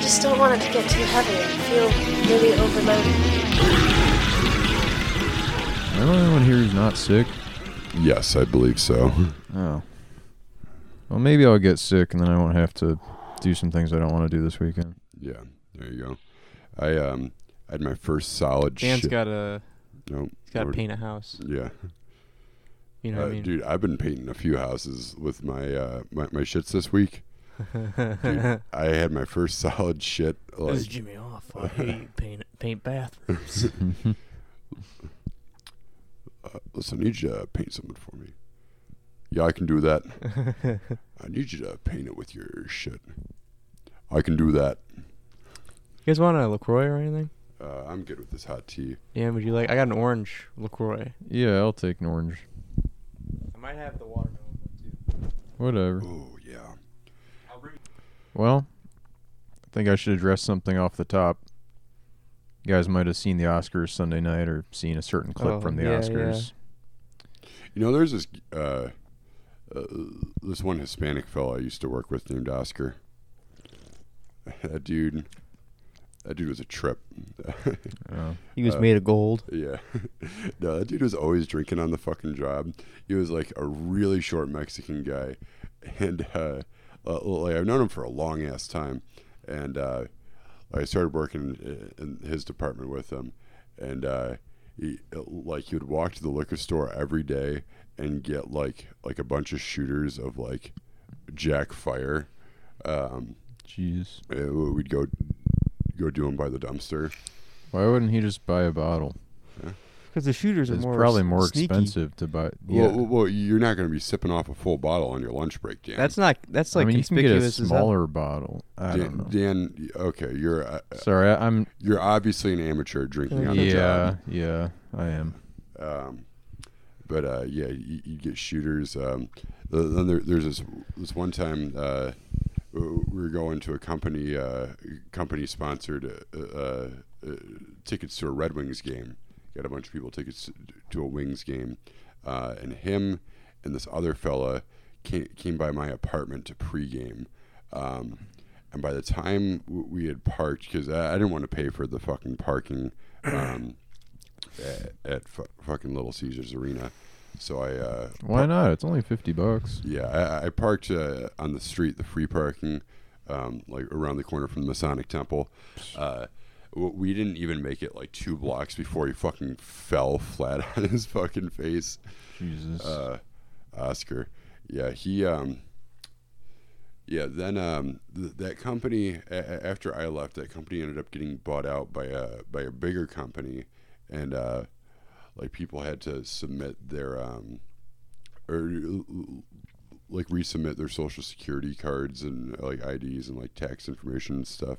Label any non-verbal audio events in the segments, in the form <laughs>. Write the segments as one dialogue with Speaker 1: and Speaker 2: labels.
Speaker 1: just don't want it to get too heavy. I feel really overloaded.
Speaker 2: Am I the only one here who's not sick?
Speaker 3: Yes, I believe so. <laughs>
Speaker 2: Oh. Well, maybe I'll get sick and then I won't have to do some things I don't want to do this weekend.
Speaker 3: Yeah, there you go. I um, I had my first solid.
Speaker 4: Dan's
Speaker 3: shi-
Speaker 4: got a
Speaker 3: no,
Speaker 4: he's got to
Speaker 3: or-
Speaker 4: paint a house.
Speaker 3: Yeah,
Speaker 4: You know
Speaker 3: Uh,
Speaker 4: what I mean? <laughs>
Speaker 3: dude, I've been painting a few houses with my uh, my, my shits this week. Dude, I had my first <laughs> solid shit. Like,
Speaker 4: This is Jimmy off. I
Speaker 2: <laughs>
Speaker 4: hate you paint paint bathrooms.
Speaker 3: uh, listen, I need you to paint something for me. Yeah, I can do that. I need you to paint it with your shit. I can do that.
Speaker 4: You guys want a LaCroix or anything?
Speaker 3: Uh, I'm good with this hot tea.
Speaker 4: Yeah, would you like? I got an orange LaCroix.
Speaker 2: Yeah, I'll take an orange.
Speaker 4: I might have the watermelon too.
Speaker 2: Whatever.
Speaker 3: Oh yeah.
Speaker 2: Well, I think I should address something off the top. You guys might have seen the Oscars Sunday night or seen a certain clip
Speaker 4: Oh,
Speaker 2: from the
Speaker 4: yeah,
Speaker 2: Oscars.
Speaker 3: You know, there's this uh, uh, this one Hispanic fellow I used to work with named Oscar. <laughs> That dude, that dude was a trip. <laughs>
Speaker 2: Oh.
Speaker 5: He was made of gold.
Speaker 3: yeah, <laughs> no, that dude was always drinking on the fucking job. He was like a really short Mexican guy, and uh, uh, like I've known him for a long ass time, and uh, I started working in in his department with him, and uh, he like he would walk to the liquor store every day and get like like a bunch of shooters of like Jack Fire. Um,
Speaker 2: Jeez.
Speaker 3: uh, we'd go go do them by the dumpster.
Speaker 2: Why wouldn't he just buy a bottle?
Speaker 4: Because the shooters are
Speaker 2: It's
Speaker 4: more
Speaker 2: probably
Speaker 4: s-
Speaker 2: more
Speaker 4: sneaky.
Speaker 2: expensive to buy. Yeah.
Speaker 3: Well, well, well, you're not going to be sipping off a full bottle on your lunch break, Dan.
Speaker 5: That's not. That's like
Speaker 2: I mean, you can get a
Speaker 5: conspicuous as hell.
Speaker 2: smaller bottle. I don't
Speaker 3: Dan.
Speaker 2: know.
Speaker 3: Dan okay, you're uh,
Speaker 2: Sorry, I, I'm.
Speaker 3: you're obviously an amateur drinking on the
Speaker 2: Yeah,
Speaker 3: job.
Speaker 2: yeah, I am.
Speaker 3: Um, but uh, yeah, you, you get shooters. Um, th- then there, there's this this one time uh, we were going to a company uh, company sponsored uh, uh, uh, tickets to a Red Wings game. Got a bunch of people tickets to a Wings game, uh, and him and this other fella came, came by my apartment to pregame. Um, and by the time w- we had parked, because I, I didn't want to pay for the fucking parking. Um, at, at fu- fucking Little Caesars Arena. So I, uh,
Speaker 2: Why not? It's only fifty bucks.
Speaker 3: yeah, I, I parked uh, on the street, the free parking, um, like around the corner from the Masonic Temple. Uh, w- we didn't even make it like two blocks before he fucking fell flat <laughs> on his fucking face.
Speaker 2: Jesus.
Speaker 3: Uh, Oscar, yeah, he, um, yeah. Then um, th- that company, a- a- after I left, that company ended up getting bought out by a by a bigger company, and uh, like people had to submit their um, or like resubmit their social security cards and like IDs and like tax information and stuff.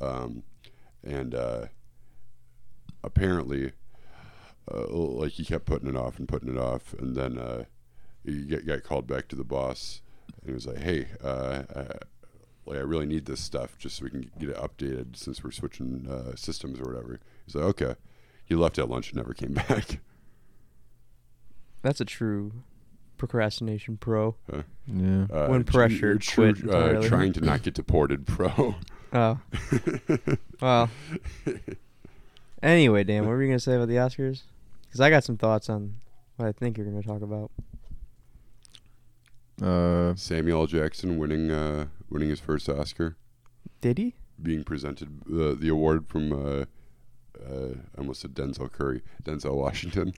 Speaker 3: Um, and uh, apparently, uh, like he kept putting it off and putting it off, and then uh, he get, got called back to the boss, and he was like, "Hey, uh, I, like I really need this stuff just so we can get it updated since we're switching uh, systems or whatever." He's like, "Okay." He left at lunch and never came <laughs> back.
Speaker 4: That's a true procrastination pro.
Speaker 2: yeah.
Speaker 3: Uh,
Speaker 4: When
Speaker 3: tr-
Speaker 4: pressured,
Speaker 3: true,
Speaker 4: quit
Speaker 3: uh,
Speaker 4: entirely.
Speaker 3: trying to not get deported, <laughs> pro.
Speaker 4: Oh. well. Anyway, Dan, what were you gonna say about the Oscars? Because I got some thoughts on what I think you're gonna talk about.
Speaker 2: Uh,
Speaker 3: <laughs> Samuel L. Jackson winning uh, winning his first Oscar,
Speaker 4: Did he?
Speaker 3: being presented uh, the award from uh, uh, I almost said Denzel Curry, Denzel Washington.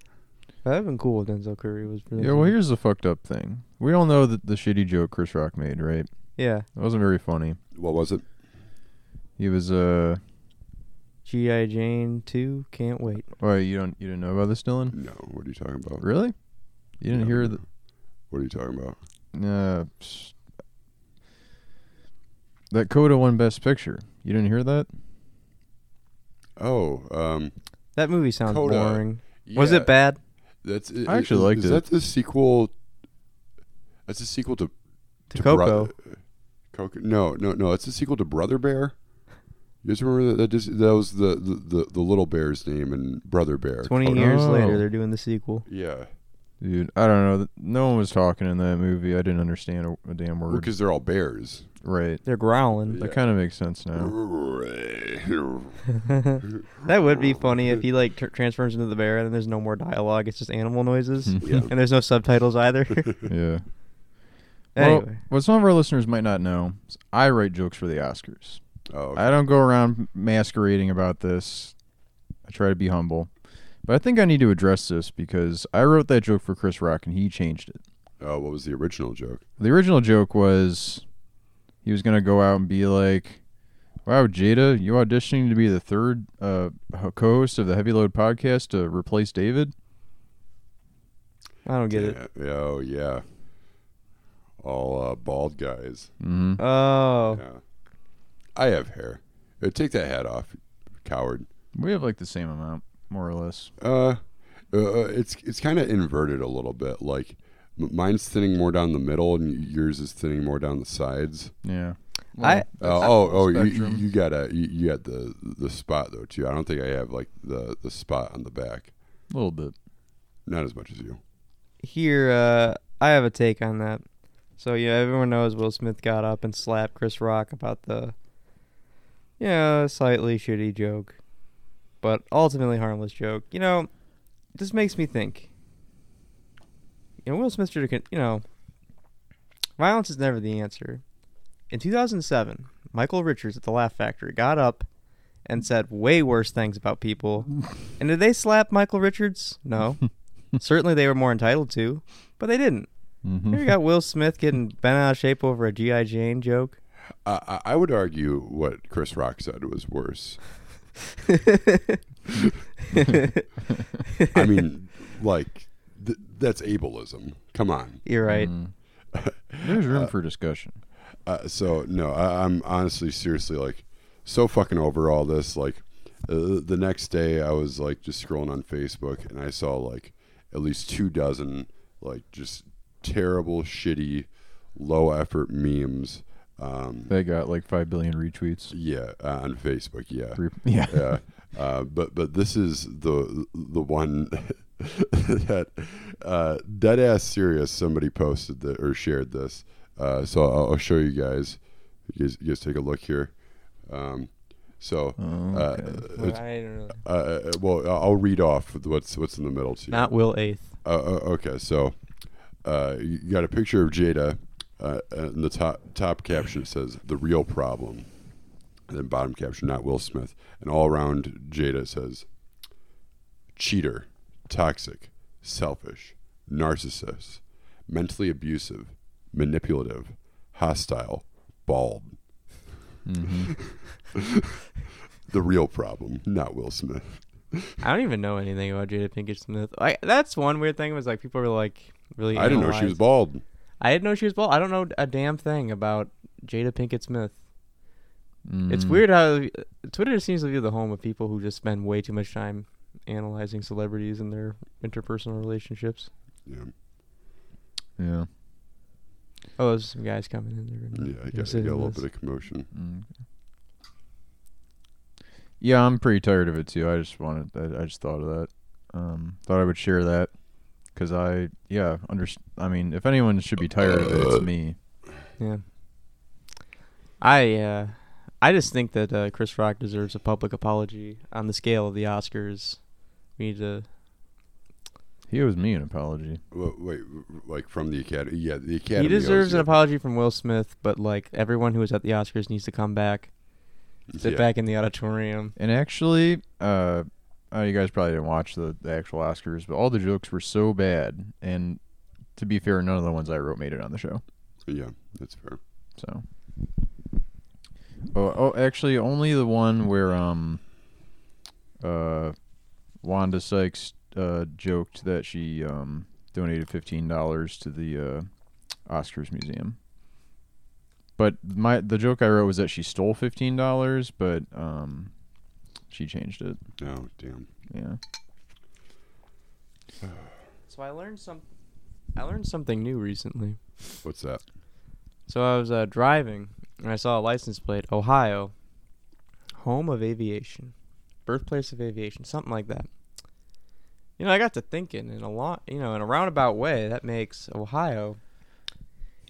Speaker 4: That would have been cool if Denzel Curry was.
Speaker 2: yeah. Well, here's the fucked up thing. We all know that the shitty joke Chris Rock made, right?
Speaker 4: Yeah.
Speaker 2: It wasn't very funny.
Speaker 3: What was it?
Speaker 2: He was uh.
Speaker 4: G.I. Jane 2, can't wait.
Speaker 2: Oh, you don't you didn't know about this, Dylan?
Speaker 3: No, what are you talking about?
Speaker 2: Really? You didn't
Speaker 3: No.
Speaker 2: hear the
Speaker 3: What are you talking about?
Speaker 2: uh, psst. that Coda won Best Picture. You didn't hear that?
Speaker 3: Oh, um,
Speaker 4: That movie sounds
Speaker 3: Coda.
Speaker 4: boring. Was
Speaker 3: yeah,
Speaker 4: it bad?
Speaker 3: That's
Speaker 2: I actually
Speaker 3: is-
Speaker 2: liked
Speaker 3: is
Speaker 2: it.
Speaker 3: that the sequel? That's a sequel to
Speaker 4: To Coco.
Speaker 3: Bro- Coco. No, no, no. It's a sequel to Brother Bear. You guys remember that? That, just, that was the, the, the, the little bear's name and Brother Bear.
Speaker 4: 20
Speaker 3: Coda.
Speaker 4: years
Speaker 2: Oh.
Speaker 4: later, they're doing the sequel.
Speaker 3: Yeah.
Speaker 2: Dude, I don't know. Th- No one was talking in that movie. I didn't understand a, a damn word.
Speaker 3: because they're all bears.
Speaker 2: right.
Speaker 4: They're growling.
Speaker 3: Yeah.
Speaker 2: That kind of makes sense now.
Speaker 4: <laughs>
Speaker 2: Oh. <laughs>
Speaker 3: <laughs>
Speaker 4: that would be funny if he like tr- transforms into the bear and then there's no more dialogue. It's just animal noises
Speaker 2: Hmm.
Speaker 3: Yeah.
Speaker 4: <laughs> and there's no subtitles
Speaker 2: <laughs>
Speaker 4: either.
Speaker 2: yeah.
Speaker 4: anyway,
Speaker 2: Well, what some of our listeners might not know is I write jokes for the Oscars.
Speaker 3: Oh, okay.
Speaker 2: I don't go around masquerading about this. I try to be humble. But I think I need to address this because I wrote that joke for Chris Rock and he changed it.
Speaker 3: Oh, what was the original joke?
Speaker 2: The original joke was he was going to go out and be like, Wow, Jada, you auditioning to be the third uh, ho- co host of the Heavy Load podcast to replace David?
Speaker 4: I don't get it.
Speaker 3: Yeah. Oh, yeah. All uh, bald guys.
Speaker 2: hmm
Speaker 4: Oh,
Speaker 3: Yeah. I have hair. Uh, Take that hat off, coward.
Speaker 2: We have like the same amount, more or less.
Speaker 3: Uh, uh it's it's kind of inverted a little bit. Like m- mine's thinning more down the middle, and yours is thinning more down the sides.
Speaker 2: Yeah.
Speaker 4: I-
Speaker 3: Uh, oh, oh, you,
Speaker 2: spectrum.
Speaker 3: you got a you, you got the the spot though too. I don't think I have like the the spot on the back.
Speaker 2: a little bit.
Speaker 3: Not as much as you.
Speaker 4: here uh, I have a take on that. So yeah, everyone knows Will Smith got up and slapped Chris Rock about the yeah slightly shitty joke, but ultimately harmless joke. You know, this makes me think. You know, Will Smith should have. You know, violence is never the answer. In 2007, Michael Richards at the Laugh Factory got up and said way worse things about people. and did they slap Michael Richards? No. Certainly they were more entitled to, but they didn't.
Speaker 2: Mm-hmm.
Speaker 4: Here you got Will Smith getting bent out of shape over a GI Jane joke. <laughs>
Speaker 3: I, I- I would argue what Chris Rock said was worse. <laughs> I mean, like th- that's ableism. Come on.
Speaker 4: You're right.
Speaker 2: There's room for discussion.
Speaker 3: Uh, so no, I, I'm honestly, seriously, like so fucking over all this. Like uh, the next day, I was like just scrolling on Facebook, and I saw like at least two dozen like just terrible, shitty, low effort memes. Um,
Speaker 2: They got like five billion retweets.
Speaker 3: yeah, uh, on Facebook. Yeah.
Speaker 2: Three- yeah.
Speaker 4: <laughs>
Speaker 3: yeah. Uh, but but this is the the one <laughs> that uh, dead ass serious. Somebody posted that or shared this. Uh, so I'll, I'll show you guys. You guys, you guys take a look here. Um, so
Speaker 2: Oh,
Speaker 3: uh,
Speaker 2: okay.
Speaker 3: it's- uh, uh, well, I'll I'll read off what's what's in the middle to you.
Speaker 4: Not Will Eighth.
Speaker 3: Uh, uh, okay, so uh, you got a picture of Jada, uh, and the top top caption says "the real problem," and then bottom caption not Will Smith, and all around Jada says cheater, toxic, selfish, narcissist, mentally abusive, manipulative, hostile, bald.
Speaker 4: Mm-hmm.
Speaker 3: the real problem, not Will Smith.
Speaker 4: I don't even know anything about Jada Pinkett Smith. I, that's one weird thing was like people were like really.
Speaker 3: I didn't know she was
Speaker 4: analyzed-
Speaker 3: bald.
Speaker 4: I didn't know she was bald. I don't know a damn thing about Jada Pinkett Smith. It's
Speaker 2: Mm.
Speaker 4: weird how uh, Twitter seems to be the home of people who just spend way too much time analyzing celebrities and their interpersonal relationships.
Speaker 3: Yeah.
Speaker 2: Yeah.
Speaker 4: Oh, those are some guys coming in. They're gonna,
Speaker 3: Yeah, I
Speaker 4: they're
Speaker 3: got, I
Speaker 4: sitting
Speaker 3: got a
Speaker 4: in
Speaker 3: little
Speaker 4: this.
Speaker 3: bit of commotion.
Speaker 2: Mm. Yeah, I'm pretty tired of it too. I just wanted, I, I just thought of that. Um, thought I would share that because I, yeah, under, I mean, if anyone should be tired of it, it's me.
Speaker 4: Yeah. I uh, I just think that uh, Chris Rock deserves a public apology on the scale of the Oscars. We need to.
Speaker 2: He owes me an apology.
Speaker 3: Wha- Wait, like from the academy? Yeah, the academy.
Speaker 4: he deserves an
Speaker 3: owes
Speaker 4: apology from Will Smith, but like everyone who was at the Oscars needs to come back,
Speaker 3: you-
Speaker 4: sit
Speaker 3: yeah.
Speaker 4: back in the auditorium.
Speaker 2: And actually, uh, uh, you guys probably didn't watch the, the actual Oscars, but all the jokes were so bad. And to be fair, none of the ones I wrote made it on the show.
Speaker 3: Yeah, that's fair.
Speaker 2: So. Oh, oh, actually, only the one where um, uh, Wanda Sykes uh joked that she um donated fifteen dollars to the uh, Oscars Museum. But my the joke I wrote was that she stole fifteen dollars, but um, she changed it.
Speaker 3: Oh damn.
Speaker 2: Yeah.
Speaker 4: So I learned some. I learned something new recently.
Speaker 3: What's that?
Speaker 4: So I was uh, driving and I saw a license plate, Ohio, home of aviation, birthplace of aviation, something like that. You know, I got to thinking in a lot, you know, in a roundabout way, that makes Ohio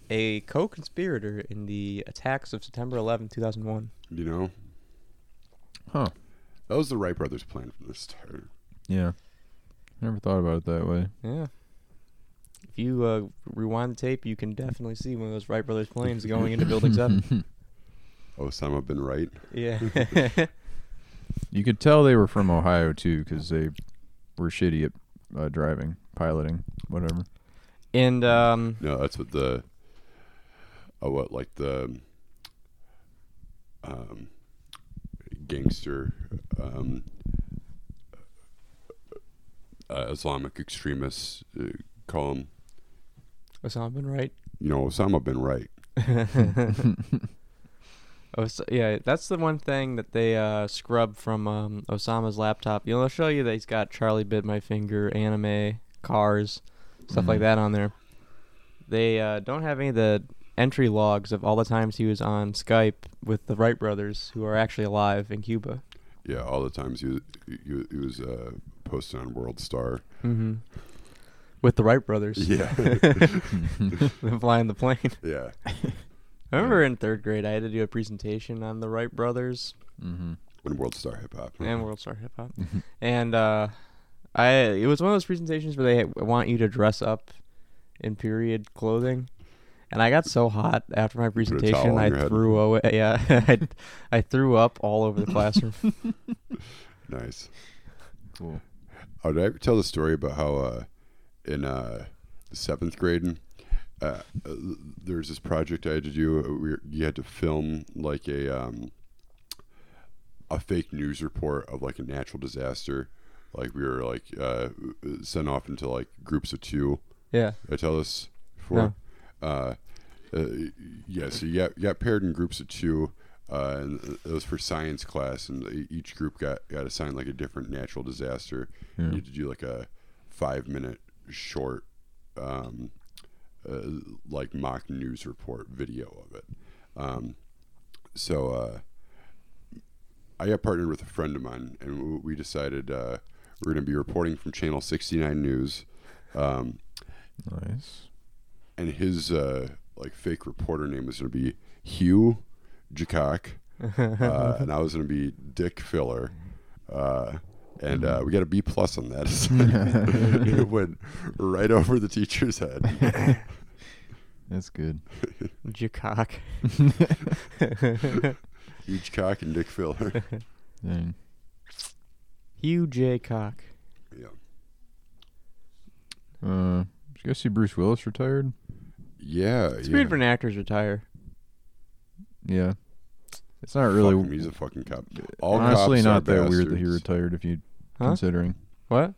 Speaker 4: a co-conspirator in the attacks of September 11, 2001.
Speaker 3: You know?
Speaker 2: Huh.
Speaker 3: That was the Wright brothers' plan from the start.
Speaker 2: Yeah. Never thought about it that way.
Speaker 4: Yeah. If you uh, rewind the tape, you can definitely see one of those Wright brothers planes going into Building <laughs> 7.
Speaker 3: Oh, Osama bin Wright.
Speaker 4: Yeah. <laughs>
Speaker 2: You could tell they were from Ohio too, because they were shitty at uh, driving, piloting, whatever.
Speaker 4: and um
Speaker 3: No, that's what the. Oh, what like the. Um, gangster, um, uh, Islamic extremists uh, call him.
Speaker 4: Osama bin Wright.
Speaker 3: You know, Osama bin Wright.
Speaker 4: <laughs> Os- yeah, that's the one thing that they uh, scrub from um, Osama's laptop. You know, they'll show you that he's got Charlie Bit My Finger, anime, cars, stuff like
Speaker 2: Mhm.
Speaker 4: that on there. They uh, don't have any of the entry logs of all the times he was on Skype with the Wright brothers, who are actually alive in Cuba.
Speaker 3: Yeah, all the times he was, he was, he was uh, posted on World Star.
Speaker 4: Mm-hmm. With the Wright
Speaker 3: <laughs>
Speaker 4: brothers. <laughs>
Speaker 3: Yeah.
Speaker 4: Them flying the plane.
Speaker 3: Yeah.
Speaker 4: I remember in third grade, I had to do a presentation on the Wright brothers Mm-hmm.
Speaker 2: hmm
Speaker 3: When World Star Hip Hop.
Speaker 4: and World Star Hip Hop,
Speaker 3: Mm-hmm.
Speaker 4: and uh, I it was one of those presentations where they want you to dress up in period clothing, and I got so hot after my
Speaker 3: towel
Speaker 4: presentation
Speaker 3: on
Speaker 4: I
Speaker 3: your head.
Speaker 4: threw away. Yeah, <laughs> I, I threw up all over the
Speaker 3: <laughs>
Speaker 4: classroom.
Speaker 3: Nice.
Speaker 2: Cool.
Speaker 3: Oh, did I ever tell the story about how uh, in uh, the seventh grade, uh, uh, there was this project I had to do. uh, We were, you had to film like a um, a fake news report of like a natural disaster. Like we were like uh, sent off into like groups of two.
Speaker 4: yeah,
Speaker 3: Did I tell this before. Uh, uh, yeah, so you got, you got paired in groups of two, uh, and it was for science class, and e- each group got, got assigned like a different natural disaster. You had to do like a five minute short, um, uh, like mock news report video of it. Um, so uh, I got partnered with a friend of mine, and w- we decided uh, we're going to be reporting from Channel 69 News. Um,
Speaker 4: <laughs>
Speaker 2: Nice. <laughs>
Speaker 3: and his uh, like fake reporter name was going to be Hugh
Speaker 2: <laughs>
Speaker 3: Jacock, uh, and I was going to be Dick Filler, uh, and uh, we got a B plus
Speaker 2: <laughs>
Speaker 3: on that. <laughs> it went right over the teacher's head. <laughs>
Speaker 2: That's good.
Speaker 4: Jacock.
Speaker 3: <laughs> Huge cock and Dick Filler. <laughs>
Speaker 2: Dang.
Speaker 4: <laughs> Hugh J. Cock.
Speaker 3: yeah.
Speaker 2: Uh, did you guys see Bruce Willis retired?
Speaker 3: Yeah.
Speaker 4: It's
Speaker 3: yeah.
Speaker 4: weird when actors retire.
Speaker 2: Yeah. It's not
Speaker 3: Fuck
Speaker 2: really.
Speaker 3: him, he's a fucking cop. All
Speaker 2: honestly,
Speaker 3: cops
Speaker 2: not
Speaker 3: are
Speaker 2: that weird that he
Speaker 3: bastards.
Speaker 2: retired. If you
Speaker 4: Huh?
Speaker 2: considering.
Speaker 4: What?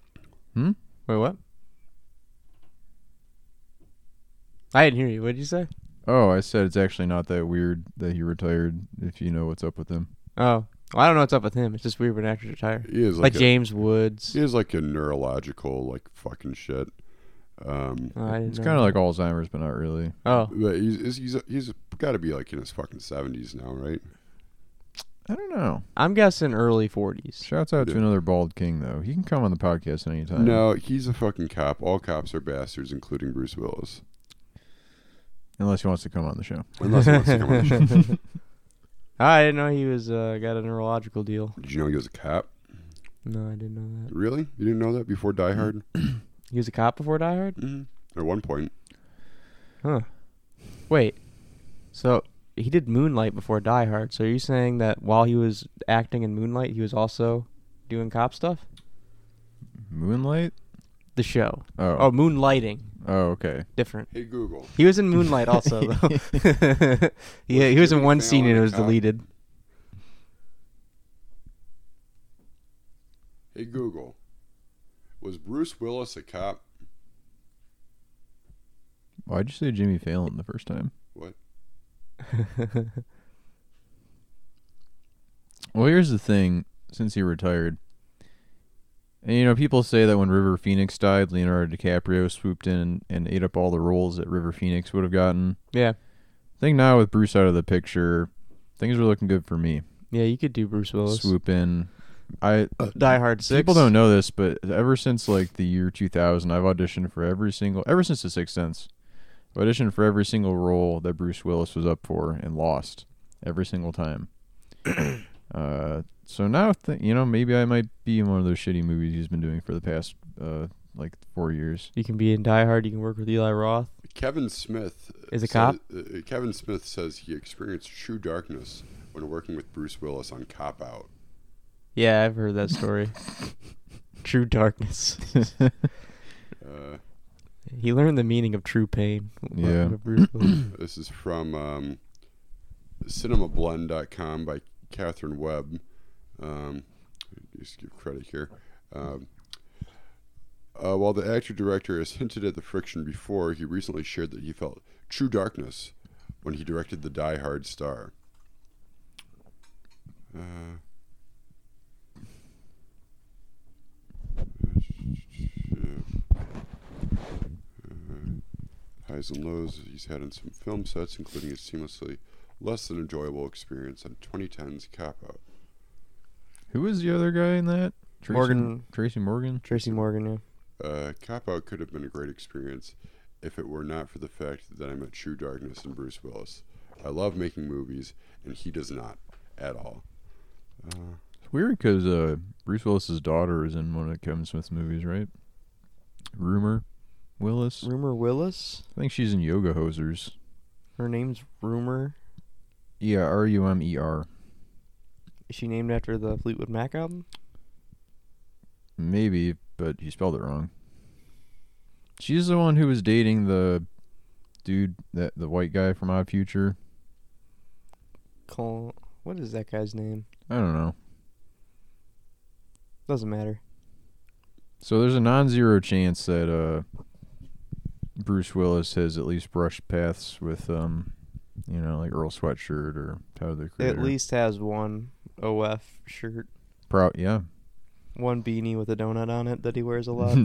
Speaker 2: Hmm?
Speaker 4: Wait, what? I didn't hear you. What did you say?
Speaker 2: Oh, I said it's actually not that weird that he retired. If you know what's up with him.
Speaker 4: Oh, well, I don't know what's up with him. It's just weird when actors retire.
Speaker 3: He is
Speaker 4: Like,
Speaker 3: like, a,
Speaker 4: James Woods.
Speaker 3: he is like a neurological like fucking shit. Um,
Speaker 4: Oh, I didn't
Speaker 2: It's
Speaker 4: know.
Speaker 2: kind of like Alzheimer's, but not really.
Speaker 4: Oh,
Speaker 3: But he's he's, he's, he's got to be like in his fucking seventies now, right?
Speaker 2: I don't know.
Speaker 4: I'm guessing early 40s.
Speaker 2: Shouts out to
Speaker 3: Yeah.
Speaker 2: another bald king though. He can come on the podcast anytime.
Speaker 3: No, he's a fucking cop. All cops are bastards, including Bruce Willis.
Speaker 2: unless he wants to come on the show.
Speaker 3: Unless he wants to come
Speaker 4: <laughs>
Speaker 3: on the show.
Speaker 4: I didn't know he was uh, got a neurological deal.
Speaker 3: Did you know he was a cop?
Speaker 4: No, I didn't know that.
Speaker 3: Really? You didn't know that before Die Hard?
Speaker 4: He was a cop before Die Hard.
Speaker 3: mm At one point,
Speaker 4: Huh. Wait. So he did Moonlight before Die Hard. So are you saying that while he was acting in Moonlight, he was also doing cop stuff?
Speaker 2: Moonlight?
Speaker 4: The show.
Speaker 2: Oh.
Speaker 3: Um,
Speaker 4: Oh, Moonlighting.
Speaker 2: Oh, okay.
Speaker 4: Different.
Speaker 3: hey Google,
Speaker 4: He was in Moonlight also though.
Speaker 3: <laughs>
Speaker 4: <laughs> yeah, he was in
Speaker 3: Jimmy
Speaker 4: one scene and it
Speaker 3: Fallon a
Speaker 4: was
Speaker 3: cop?
Speaker 4: deleted.
Speaker 3: hey Google, was Bruce Willis a cop?
Speaker 2: Why'd you say Jimmy Fallon the first time?
Speaker 3: What?
Speaker 2: Well, here's the thing. Since he retired, and you know, people say that when River Phoenix died, Leonardo DiCaprio swooped in and, and ate up all the roles that River Phoenix would have gotten.
Speaker 4: <laughs> Yeah.
Speaker 2: I think now with Bruce out of the picture, things are looking good for me.
Speaker 4: Yeah, you could do Bruce Willis.
Speaker 2: Swoop in, I
Speaker 4: Die Hard Six.
Speaker 2: Uh, people don't know this, but ever since like the year 2000, I've auditioned for every single ever since The Sixth Sense. I've auditioned for every single role that Bruce Willis was up for and lost every single
Speaker 4: <clears throat>
Speaker 2: time. uh, so now th- you know maybe I might be in one of those shitty movies he's been doing for the past uh, like four years. <laughs>
Speaker 4: You can be in Die Hard. You can work with Eli Roth.
Speaker 3: Kevin Smith
Speaker 4: Is a
Speaker 3: says-
Speaker 4: cop?
Speaker 3: uh, Kevin Smith says he experienced true darkness when working with Bruce Willis on Cop Out.
Speaker 4: Yeah, I've heard that story. <laughs> true <laughs> darkness.
Speaker 3: Uh,
Speaker 4: he learned the meaning of true pain.
Speaker 2: Yeah.
Speaker 4: Bruce Willis.
Speaker 3: this is from um, cinemablend.com by Catherine Webb. Um, just give credit here. Um, uh, while the actor director has hinted at the friction before, he recently shared that he felt true darkness when he directed the Die Hard star. Uh, highs and lows he's had on some film sets, including his seamlessly less than enjoyable experience on 2010's Cop Out.
Speaker 2: Who was the other guy in that? Tracy,
Speaker 4: Morgan-
Speaker 2: Tracy Morgan.
Speaker 4: <clears throat> Tracy Morgan. Yeah.
Speaker 3: Uh, Cop Out could have been a great experience if it were not for the fact that I met True Darkness and Bruce Willis. I love making movies, and he does not at all. Uh,
Speaker 2: It's weird because uh, Bruce Willis's daughter is in one of Kevin Smith's movies, right? Rumor Willis.
Speaker 4: Rumor Willis.
Speaker 2: I think she's in Yoga Hosers.
Speaker 4: Her name's Rumor.
Speaker 2: Yeah, R U M E R.
Speaker 4: Is she named after the Fleetwood Mac album?
Speaker 2: Maybe, but he spelled it wrong. She's the one who was dating the dude that the white guy from Odd Future.
Speaker 4: Col- what is that guy's name?
Speaker 2: I don't know.
Speaker 4: Doesn't matter.
Speaker 2: So there's a non-zero chance that uh, Bruce Willis has at least brushed paths with, um, you know, like Earl Sweatshirt or Tyler the Creator.
Speaker 4: At least has one OF shirt,
Speaker 2: Pro- yeah.
Speaker 4: one beanie with a donut on it that he wears
Speaker 2: <laughs>
Speaker 4: a lot.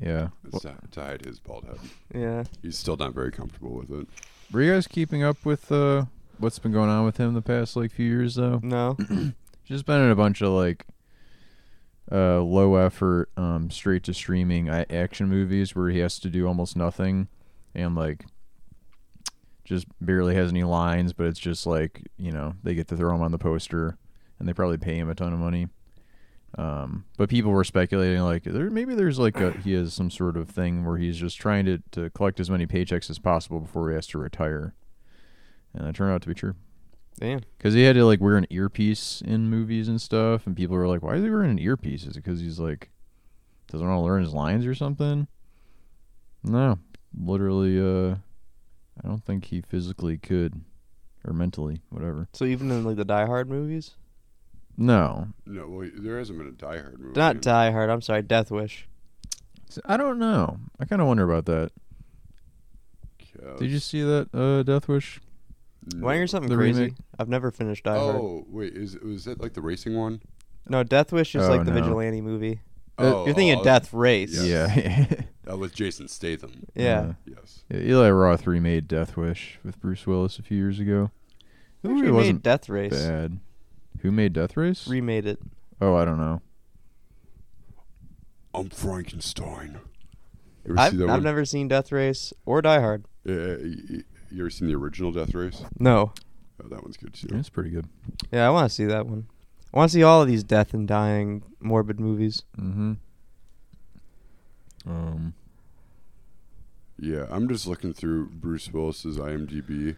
Speaker 2: yeah.
Speaker 3: it's not to hide his bald head.
Speaker 4: yeah.
Speaker 3: He's still not very comfortable with it.
Speaker 2: Were you guys keeping up with uh, what's been going on with him the past like few years though?
Speaker 4: No.
Speaker 2: Just been in a bunch of like uh, low effort, um, straight to streaming a- action movies where he has to do almost nothing and like just barely has any lines, but it's just like you know they get to throw him on the poster and they probably pay him a ton of money. Um, but people were speculating like there maybe there's like a, he has some sort of thing where he's just trying to to collect as many paychecks as possible before he has to retire, and it turned out to be true.
Speaker 4: Damn.
Speaker 2: Because he had to like wear an earpiece in movies and stuff, and people were like, "Why is he wearing an earpiece? Is it because he's like doesn't want to learn his lines or something?" No, literally, uh, I don't think he physically could or mentally, whatever.
Speaker 4: So even in like the Die Hard movies?
Speaker 2: No,
Speaker 3: No, well, there hasn't been a Die Hard movie.
Speaker 4: Not Die Hard, I'm sorry, Death Wish.
Speaker 2: So, I don't know. I kind of wonder about that.
Speaker 3: Uh,
Speaker 2: Did you see that uh, Death Wish?
Speaker 3: no.
Speaker 4: Wanna hear something
Speaker 2: The
Speaker 4: crazy?
Speaker 2: remake.
Speaker 4: I've never finished Die Hard.
Speaker 3: Oh wait, is was that like the racing one?
Speaker 4: No, Death Wish is
Speaker 2: Oh,
Speaker 4: like the
Speaker 2: no. Uh,
Speaker 4: vigilante movie.
Speaker 3: oh,
Speaker 4: Uh, You're thinking
Speaker 3: oh,
Speaker 4: of Death Race.
Speaker 3: Yes.
Speaker 2: Yeah, <laughs>
Speaker 3: That was Jason Statham.
Speaker 4: <laughs> Yeah.
Speaker 2: Uh,
Speaker 3: Yes.
Speaker 2: yeah, Eli Roth remade Death Wish with Bruce Willis a few years ago.
Speaker 4: Who
Speaker 2: It
Speaker 4: remade
Speaker 2: wasn't
Speaker 4: Death Race?
Speaker 2: bad. Who made Death Race?
Speaker 4: Remade it.
Speaker 2: oh, I don't know.
Speaker 3: I'm Frankenstein. You ever
Speaker 4: I've,
Speaker 3: see that
Speaker 4: I've
Speaker 3: one?
Speaker 4: never seen Death Race or Die Hard.
Speaker 3: Uh, y- y- you ever seen the original Death Race?
Speaker 4: No.
Speaker 3: Oh, that one's good too.
Speaker 2: That's pretty good.
Speaker 4: Yeah, I want to see that one. I want to see all of these death and dying morbid movies.
Speaker 2: Mm-hmm. Um,
Speaker 3: Yeah, I'm just looking through Bruce Willis's IMDb.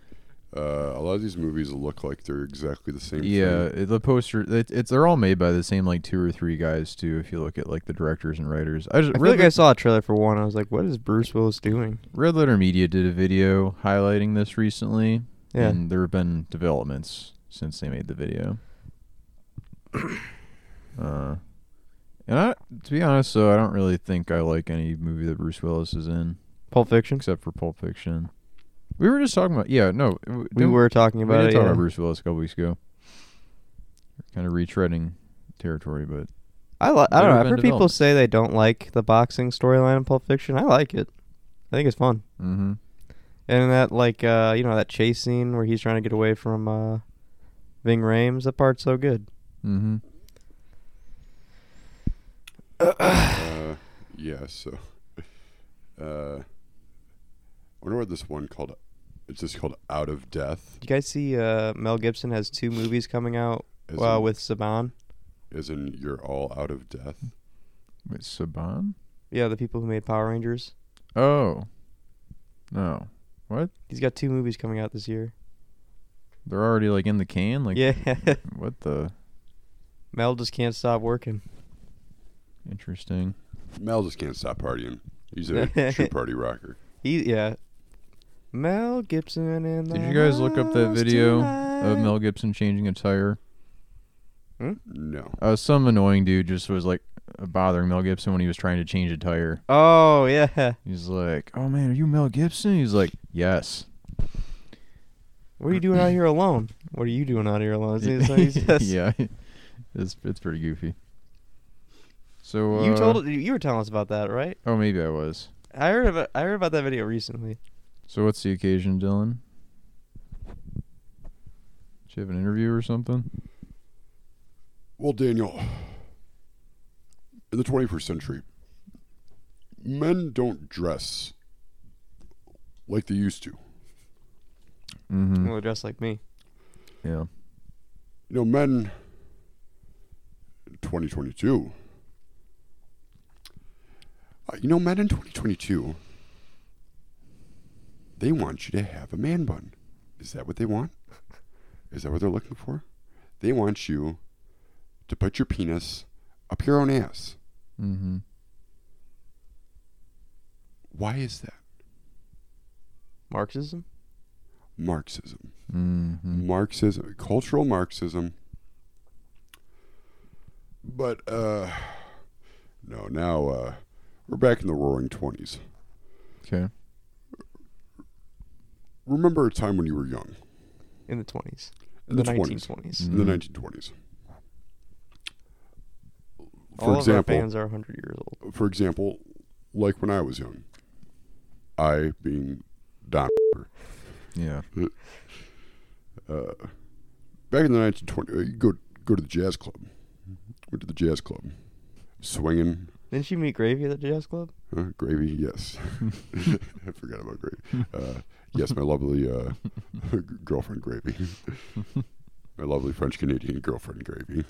Speaker 3: Uh, a lot of these movies look like they're exactly the same.
Speaker 2: yeah, it- the poster it, it's they're all made by the same like two or three guys too. If you look at like the directors and writers, I just
Speaker 4: I feel
Speaker 2: Red,
Speaker 4: like I saw a trailer for one. I was like, what is Bruce Willis doing?
Speaker 2: Red Letter Media did a video highlighting this recently,
Speaker 4: Yeah.
Speaker 2: and there have been developments since they made the
Speaker 4: <coughs>
Speaker 2: video. uh, and I, to be honest, though, I don't really think I like any movie that Bruce Willis is in,
Speaker 4: Pulp Fiction.
Speaker 2: except for Pulp Fiction. We were just talking about yeah, no, w-
Speaker 4: We
Speaker 2: didn't-
Speaker 4: were talking
Speaker 2: We
Speaker 4: about
Speaker 2: did
Speaker 4: it.
Speaker 2: talk
Speaker 4: yeah.
Speaker 2: about Bruce Willis a couple weeks ago. Kind of retreading territory, but
Speaker 4: I li-
Speaker 2: There
Speaker 4: I don't know.
Speaker 2: have
Speaker 4: I've
Speaker 2: been
Speaker 4: heard people
Speaker 2: developments.
Speaker 4: say they don't like the boxing storyline in Pulp Fiction. I like it. I think it's fun.
Speaker 2: mm-hmm.
Speaker 4: And that like uh you know that chase scene where he's trying to get away from uh Ving Rhames, that part's so good.
Speaker 2: Mm-hmm.
Speaker 3: uh, yeah. So, uh, I wonder what this one called. It's just called Out of Death.
Speaker 4: You guys see uh, Mel Gibson has two movies coming out
Speaker 3: As
Speaker 4: uh,
Speaker 3: in-
Speaker 4: with Saban.
Speaker 3: as in you're all out of death.
Speaker 2: With Saban?
Speaker 4: Yeah, the people who made Power Rangers.
Speaker 2: Oh. No. What?
Speaker 4: He's got two movies coming out this year.
Speaker 2: They're already like in the can? Like
Speaker 4: yeah,
Speaker 2: what the
Speaker 4: <laughs> Mel just can't stop working.
Speaker 2: interesting.
Speaker 3: Mel just can't stop partying. He's
Speaker 4: <laughs>
Speaker 3: a true party rocker.
Speaker 4: He yeah. Mel Gibson and
Speaker 2: Did you guys look up that video of Mel Gibson changing a tire?
Speaker 3: No.
Speaker 2: Uh, some annoying dude just was like bothering Mel Gibson when he was trying to change a tire.
Speaker 4: Oh yeah.
Speaker 2: He's like, "Oh man, are you Mel Gibson?" He's like, "Yes."
Speaker 4: What are you doing out here alone? What are you doing out here alone? Isn't he- so
Speaker 2: <laughs>
Speaker 3: <laughs>
Speaker 4: he's just-
Speaker 2: yeah, it's it's pretty goofy. So uh,
Speaker 4: You told you were telling us about that, right?
Speaker 2: Oh, maybe I was.
Speaker 4: I heard about I heard about that video recently.
Speaker 2: So what's the occasion, Dylan? Did you have an interview or something?
Speaker 3: Well, Daniel, in the 21st century, men don't dress like they used to. Hmm.
Speaker 2: Mm-hmm.
Speaker 4: Well, dressed like me.
Speaker 2: Yeah.
Speaker 3: You know, men, 2022. Uh, you know, men in 2022, they want you to have a man bun. Is that what they want? Is that what they're looking for? They want you to put your penis up your own ass.
Speaker 2: Mm-hmm.
Speaker 3: Why is that?
Speaker 4: Marxism.
Speaker 3: Marxism.
Speaker 2: Mm-hmm.
Speaker 3: Marxism, cultural Marxism. But uh, no, now uh, we're back in the Roaring Twenties.
Speaker 2: Okay.
Speaker 3: Remember a time when you were young
Speaker 4: In the twenties. Mm-hmm.
Speaker 3: In the Hmm. 20s.
Speaker 4: 1920s.
Speaker 3: in the
Speaker 2: Mhm.
Speaker 3: nineteen twenties.
Speaker 4: All
Speaker 3: For
Speaker 4: of our
Speaker 3: example,
Speaker 4: fans are 100 years old.
Speaker 3: for example, like when I was young, I being Don.
Speaker 2: Yeah.
Speaker 3: uh, back in the 1920s, you go go to the jazz club. Went to the jazz club, swinging,
Speaker 4: Didn't she meet Gravy at the jazz club?
Speaker 3: huh,
Speaker 2: <laughs>
Speaker 3: gravy. Yes, <laughs> I forgot about gravy. Uh, yes, my lovely uh, <laughs> girlfriend,
Speaker 2: <laughs>
Speaker 3: gravy. my lovely French Canadian girlfriend, gravy.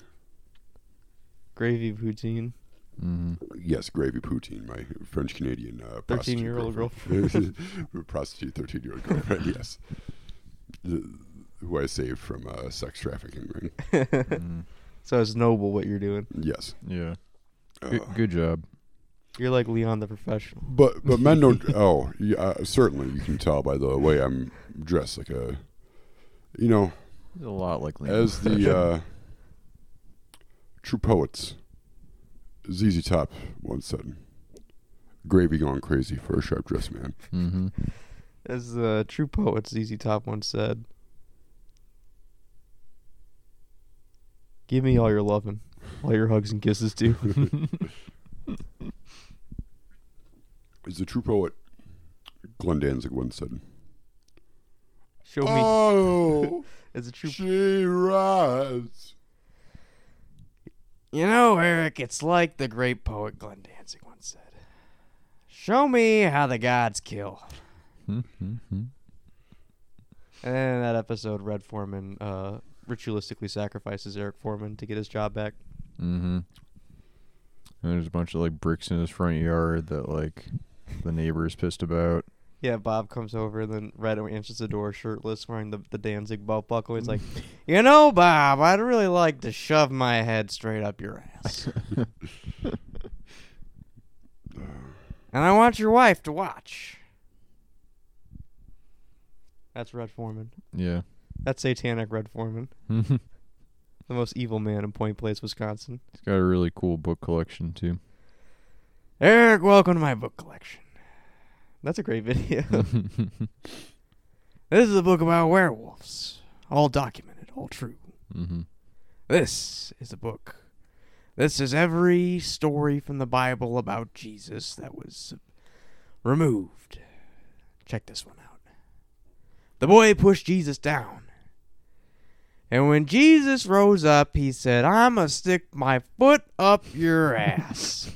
Speaker 4: Gravy poutine.
Speaker 2: Mm-hmm.
Speaker 3: Yes, gravy poutine. My French Canadian uh, prostitute
Speaker 4: 13-year-old
Speaker 3: <laughs> prostitute, thirteen-year-old girlfriend. Yes, The- who I saved from a sex trafficking ring.
Speaker 4: So it's noble what you're doing.
Speaker 3: Yes.
Speaker 2: Mm-hmm. Yeah.
Speaker 3: Uh,
Speaker 2: Good, good job.
Speaker 4: You're like Leon the professional.
Speaker 3: But but men don't. <laughs> oh, yeah, uh, certainly you can tell by the way I'm dressed. Like a, you know,
Speaker 2: A lot like Liam.
Speaker 3: as
Speaker 2: <laughs>
Speaker 3: the uh, true poets, ZZ Top once said, "Gravy gone crazy for a sharp dressed man."
Speaker 2: mm-hmm.
Speaker 4: As the true poet ZZ Top once said, "Give me all your lovin', all your hugs and kisses too." <laughs>
Speaker 3: As the true poet, Glenn Danzig once said,
Speaker 4: Show me.
Speaker 3: "Oh,
Speaker 4: As a <laughs> true,
Speaker 3: she rides."
Speaker 4: you know, Eric, it's like the great poet Glenn Danzig once said, "Show me how the gods kill."
Speaker 2: Mm-hmm.
Speaker 4: And then in that episode, Red Foreman uh, ritualistically sacrifices Eric Foreman to get his job back.
Speaker 2: Mm-hmm. And there's a bunch of like bricks in his front yard that like the neighbors pissed about.
Speaker 4: Yeah, Bob comes over and then Red answers the door shirtless, wearing the, the Danzig belt buckle. He's like, You know, Bob, I'd really like to shove my head straight up your ass. and I want your wife to watch. That's Red Foreman.
Speaker 2: Yeah. <laughs>
Speaker 4: That's satanic Red Foreman,
Speaker 2: He's
Speaker 4: the most evil man in Point Place, Wisconsin.
Speaker 2: got a really cool book collection too.
Speaker 4: Eric, welcome to my book collection. That's a great video. <laughs>
Speaker 2: mm-hmm.
Speaker 4: this is a book about werewolves, all documented, all true. This is a book. This is every story from the Bible about Jesus that was removed. Check this one out. The boy pushed Jesus down. And when Jesus rose up, he said, I'm going to stick my foot up your ass.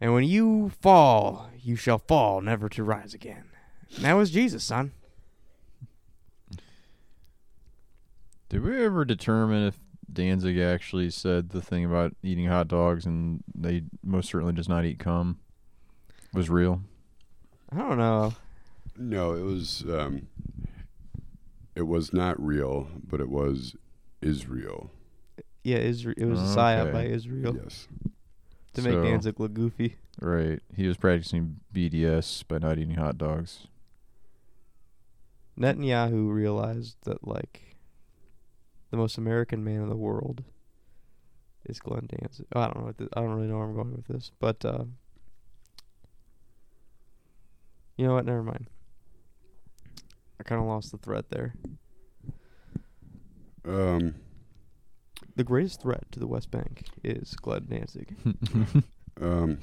Speaker 4: and when you fall, you shall fall, never to rise again. And that was Jesus, son.
Speaker 2: Did we ever determine if Danzig actually said the thing about eating hot dogs and they most certainly does not eat cum was real?
Speaker 4: I don't know.
Speaker 3: No, it was um, it was not real, but it was Israel.
Speaker 4: Yeah, Israel. It was a psyop
Speaker 2: Okay.
Speaker 4: by Israel
Speaker 3: Yes.
Speaker 4: to make
Speaker 2: So-
Speaker 4: Danzig look goofy.
Speaker 2: Right. He was practicing BDS by not eating hot dogs. <laughs>
Speaker 4: Netanyahu realized that like the most American man in the world is Glenn Danzig. Oh, I don't know. What th- I don't really know where I'm going with this, but uh, you know what? Never mind. I kind of lost the thread there.
Speaker 3: Um,
Speaker 4: The greatest threat to the West Bank is Glenn
Speaker 2: <laughs>
Speaker 4: Danzig.
Speaker 3: um,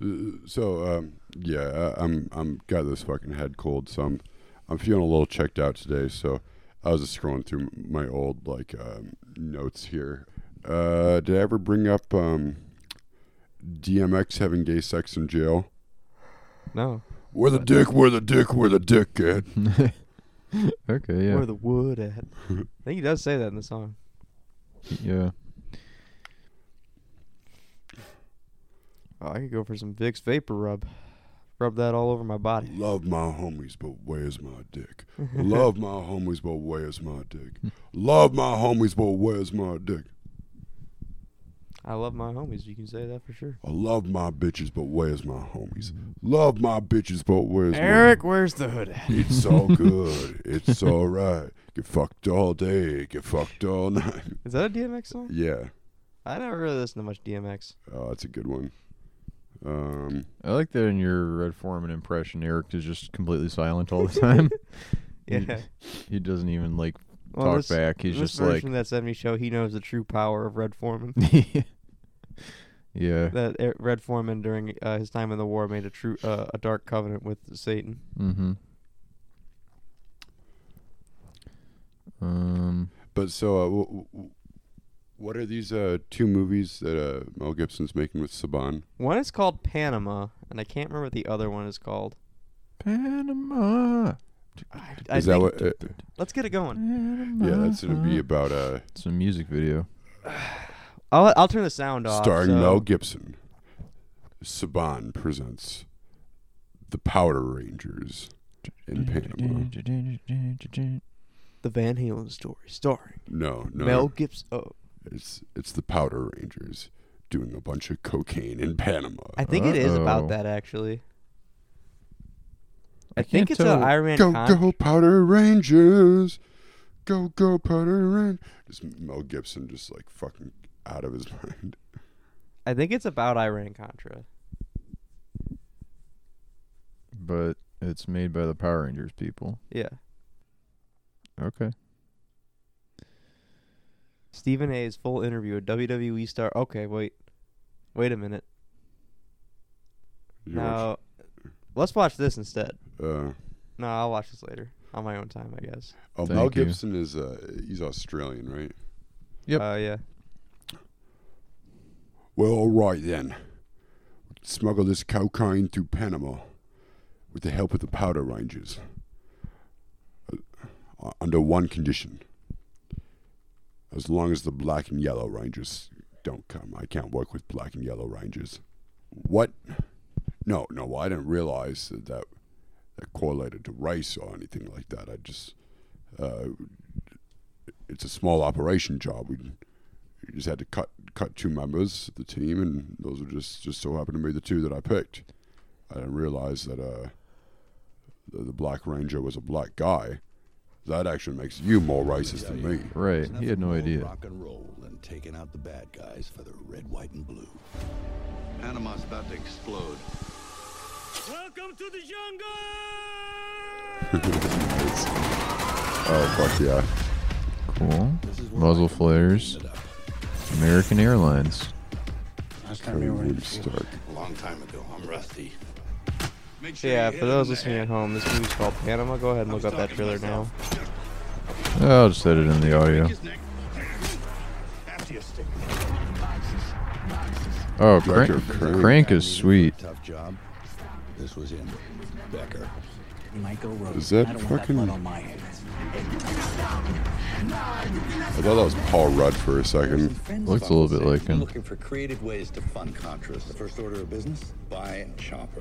Speaker 3: uh, so um, yeah, I- I'm I'm got this fucking head cold, so I'm I'm feeling a little checked out today. So I was just scrolling through my old like um, notes here. Uh, did I ever bring up um, DMX having gay sex in jail?
Speaker 4: No,
Speaker 3: Where the dick? Where the dick? Where the dick at?
Speaker 2: okay, yeah.
Speaker 4: where the wood at? I think he does say that in the song.
Speaker 2: yeah.
Speaker 4: Oh, I could go for some Vicks vapor rub. Rub that all over my body.
Speaker 3: Love my homies, but where's my dick? Love my homies, but where's my dick? Love my homies, but where's my dick?
Speaker 4: I love my homies. You can say that for sure.
Speaker 3: I love my bitches, but where's my homies? Love my bitches, but where's
Speaker 4: Eric, where's the hood
Speaker 3: my
Speaker 4: at?
Speaker 3: It's all good. it's all right. Get fucked all day. Get fucked all <laughs> night.
Speaker 4: Is that a DMX song?
Speaker 3: yeah.
Speaker 4: I never really listened to much DMX.
Speaker 3: Oh, that's a good one. Um,
Speaker 2: I like that in your Red Foreman impression, Eric is just completely silent all the
Speaker 4: <laughs>
Speaker 2: time.
Speaker 4: Yeah.
Speaker 2: he doesn't even like
Speaker 4: <laughs> Well,
Speaker 2: talk
Speaker 4: this-
Speaker 2: back. He's
Speaker 4: this
Speaker 2: just like, <laughs>
Speaker 4: version of that 70 show, he knows the true power of Red Foreman.
Speaker 2: yeah.
Speaker 4: that Er- Red Foreman during uh, his time in the war made a true uh, a dark covenant with Satan.
Speaker 2: Mm-hmm. Um.
Speaker 3: but so, uh, w- w- w- what are these uh, two movies that uh, Mel Gibson's making with Saban?
Speaker 4: One is called Panama, and I can't remember what the other one is called.
Speaker 2: Panama.
Speaker 4: I, I
Speaker 3: Is that
Speaker 4: think-
Speaker 3: what? uh,
Speaker 4: Let's get it going.
Speaker 2: Panama.
Speaker 3: yeah, that's gonna be about uh,
Speaker 2: It's a music video.
Speaker 4: I'll I'll turn the sound off.
Speaker 3: starring
Speaker 4: so-
Speaker 3: Mel Gibson. Saban presents the Powder Rangers in Panama.
Speaker 4: The Van Halen story, starring
Speaker 3: No, no,
Speaker 4: Mel Gibson. Oh,
Speaker 3: it's it's the Powder Rangers doing a bunch of cocaine in Panama.
Speaker 4: I think it is
Speaker 2: Uh-oh.
Speaker 4: about that actually. I,
Speaker 2: I
Speaker 4: think
Speaker 2: can't
Speaker 4: it's an
Speaker 2: tell.
Speaker 4: Iron Man.
Speaker 3: go
Speaker 4: con-
Speaker 3: go Powder Rangers, go go Powder Rangers. Just Mel Gibson, just like fucking out of his <laughs> mind.
Speaker 4: I think it's about Iran Contra.
Speaker 2: But it's made by the Power Rangers people.
Speaker 4: Yeah,
Speaker 2: Okay.
Speaker 4: Stephen A's full interview with WWE star. Okay, wait, wait a minute.
Speaker 3: You
Speaker 4: Now, let's watch this instead.
Speaker 3: watch- uh,
Speaker 4: No, I'll watch this later on my own time, I guess.
Speaker 3: oh,
Speaker 2: Thank
Speaker 3: Mel
Speaker 2: you.
Speaker 3: Gibson is uh, he's Australian, right?
Speaker 2: Yep.
Speaker 4: Uh, yeah.
Speaker 3: Well, all right then. Smuggle this cocaine through Panama with the help of the Powder Rangers. Uh, under one condition. As long as the black and yellow Rangers don't come, I can't work with black and yellow Rangers. What? No, no, I didn't realize that that, that correlated to race or anything like that. I just. Uh, it's a small operation job. We you just had to cut cut two members of the team, and those were just just so happened to be the two that I picked. I didn't realize that uh, the, the Black Ranger was a black guy. That actually makes you more racist than me.
Speaker 2: Right. He had no
Speaker 5: Nothing more
Speaker 2: idea.
Speaker 5: Rock and roll than taking out the bad guys for the red, white, and blue. Panama's about to explode.
Speaker 6: Welcome to the jungle!
Speaker 3: Oh fuck yeah!
Speaker 2: Cool.
Speaker 5: This is where
Speaker 2: Muzzle
Speaker 5: I can
Speaker 2: flares.
Speaker 5: clean it up.
Speaker 2: American Airlines.
Speaker 5: Last time you were in
Speaker 3: William
Speaker 5: the field,
Speaker 3: Stark.
Speaker 5: a long time ago. I'm rusty. Make sure
Speaker 4: Yeah.
Speaker 5: you
Speaker 4: For
Speaker 5: hit
Speaker 4: those
Speaker 5: him
Speaker 4: listening
Speaker 5: there.
Speaker 4: at home, this movie's called Panama. Go ahead and look up that trailer now.
Speaker 2: I'll just edit in the audio.
Speaker 5: His neck. After you stick.
Speaker 2: Oh, crank,
Speaker 3: Dr. Crank.
Speaker 2: crank is sweet.
Speaker 5: Tough job. This was him. Becker.
Speaker 7: Michael Rose.
Speaker 3: Is that
Speaker 7: I don't
Speaker 3: fucking-
Speaker 7: want that blood on my hands.
Speaker 3: I thought that was Paul Rudd for a second.
Speaker 7: Friends
Speaker 2: Looks
Speaker 7: of
Speaker 2: a little
Speaker 7: ours
Speaker 2: bit
Speaker 7: said,
Speaker 2: like him.
Speaker 5: Looking for creative ways to fund Contras. The first order of business, buy a chopper.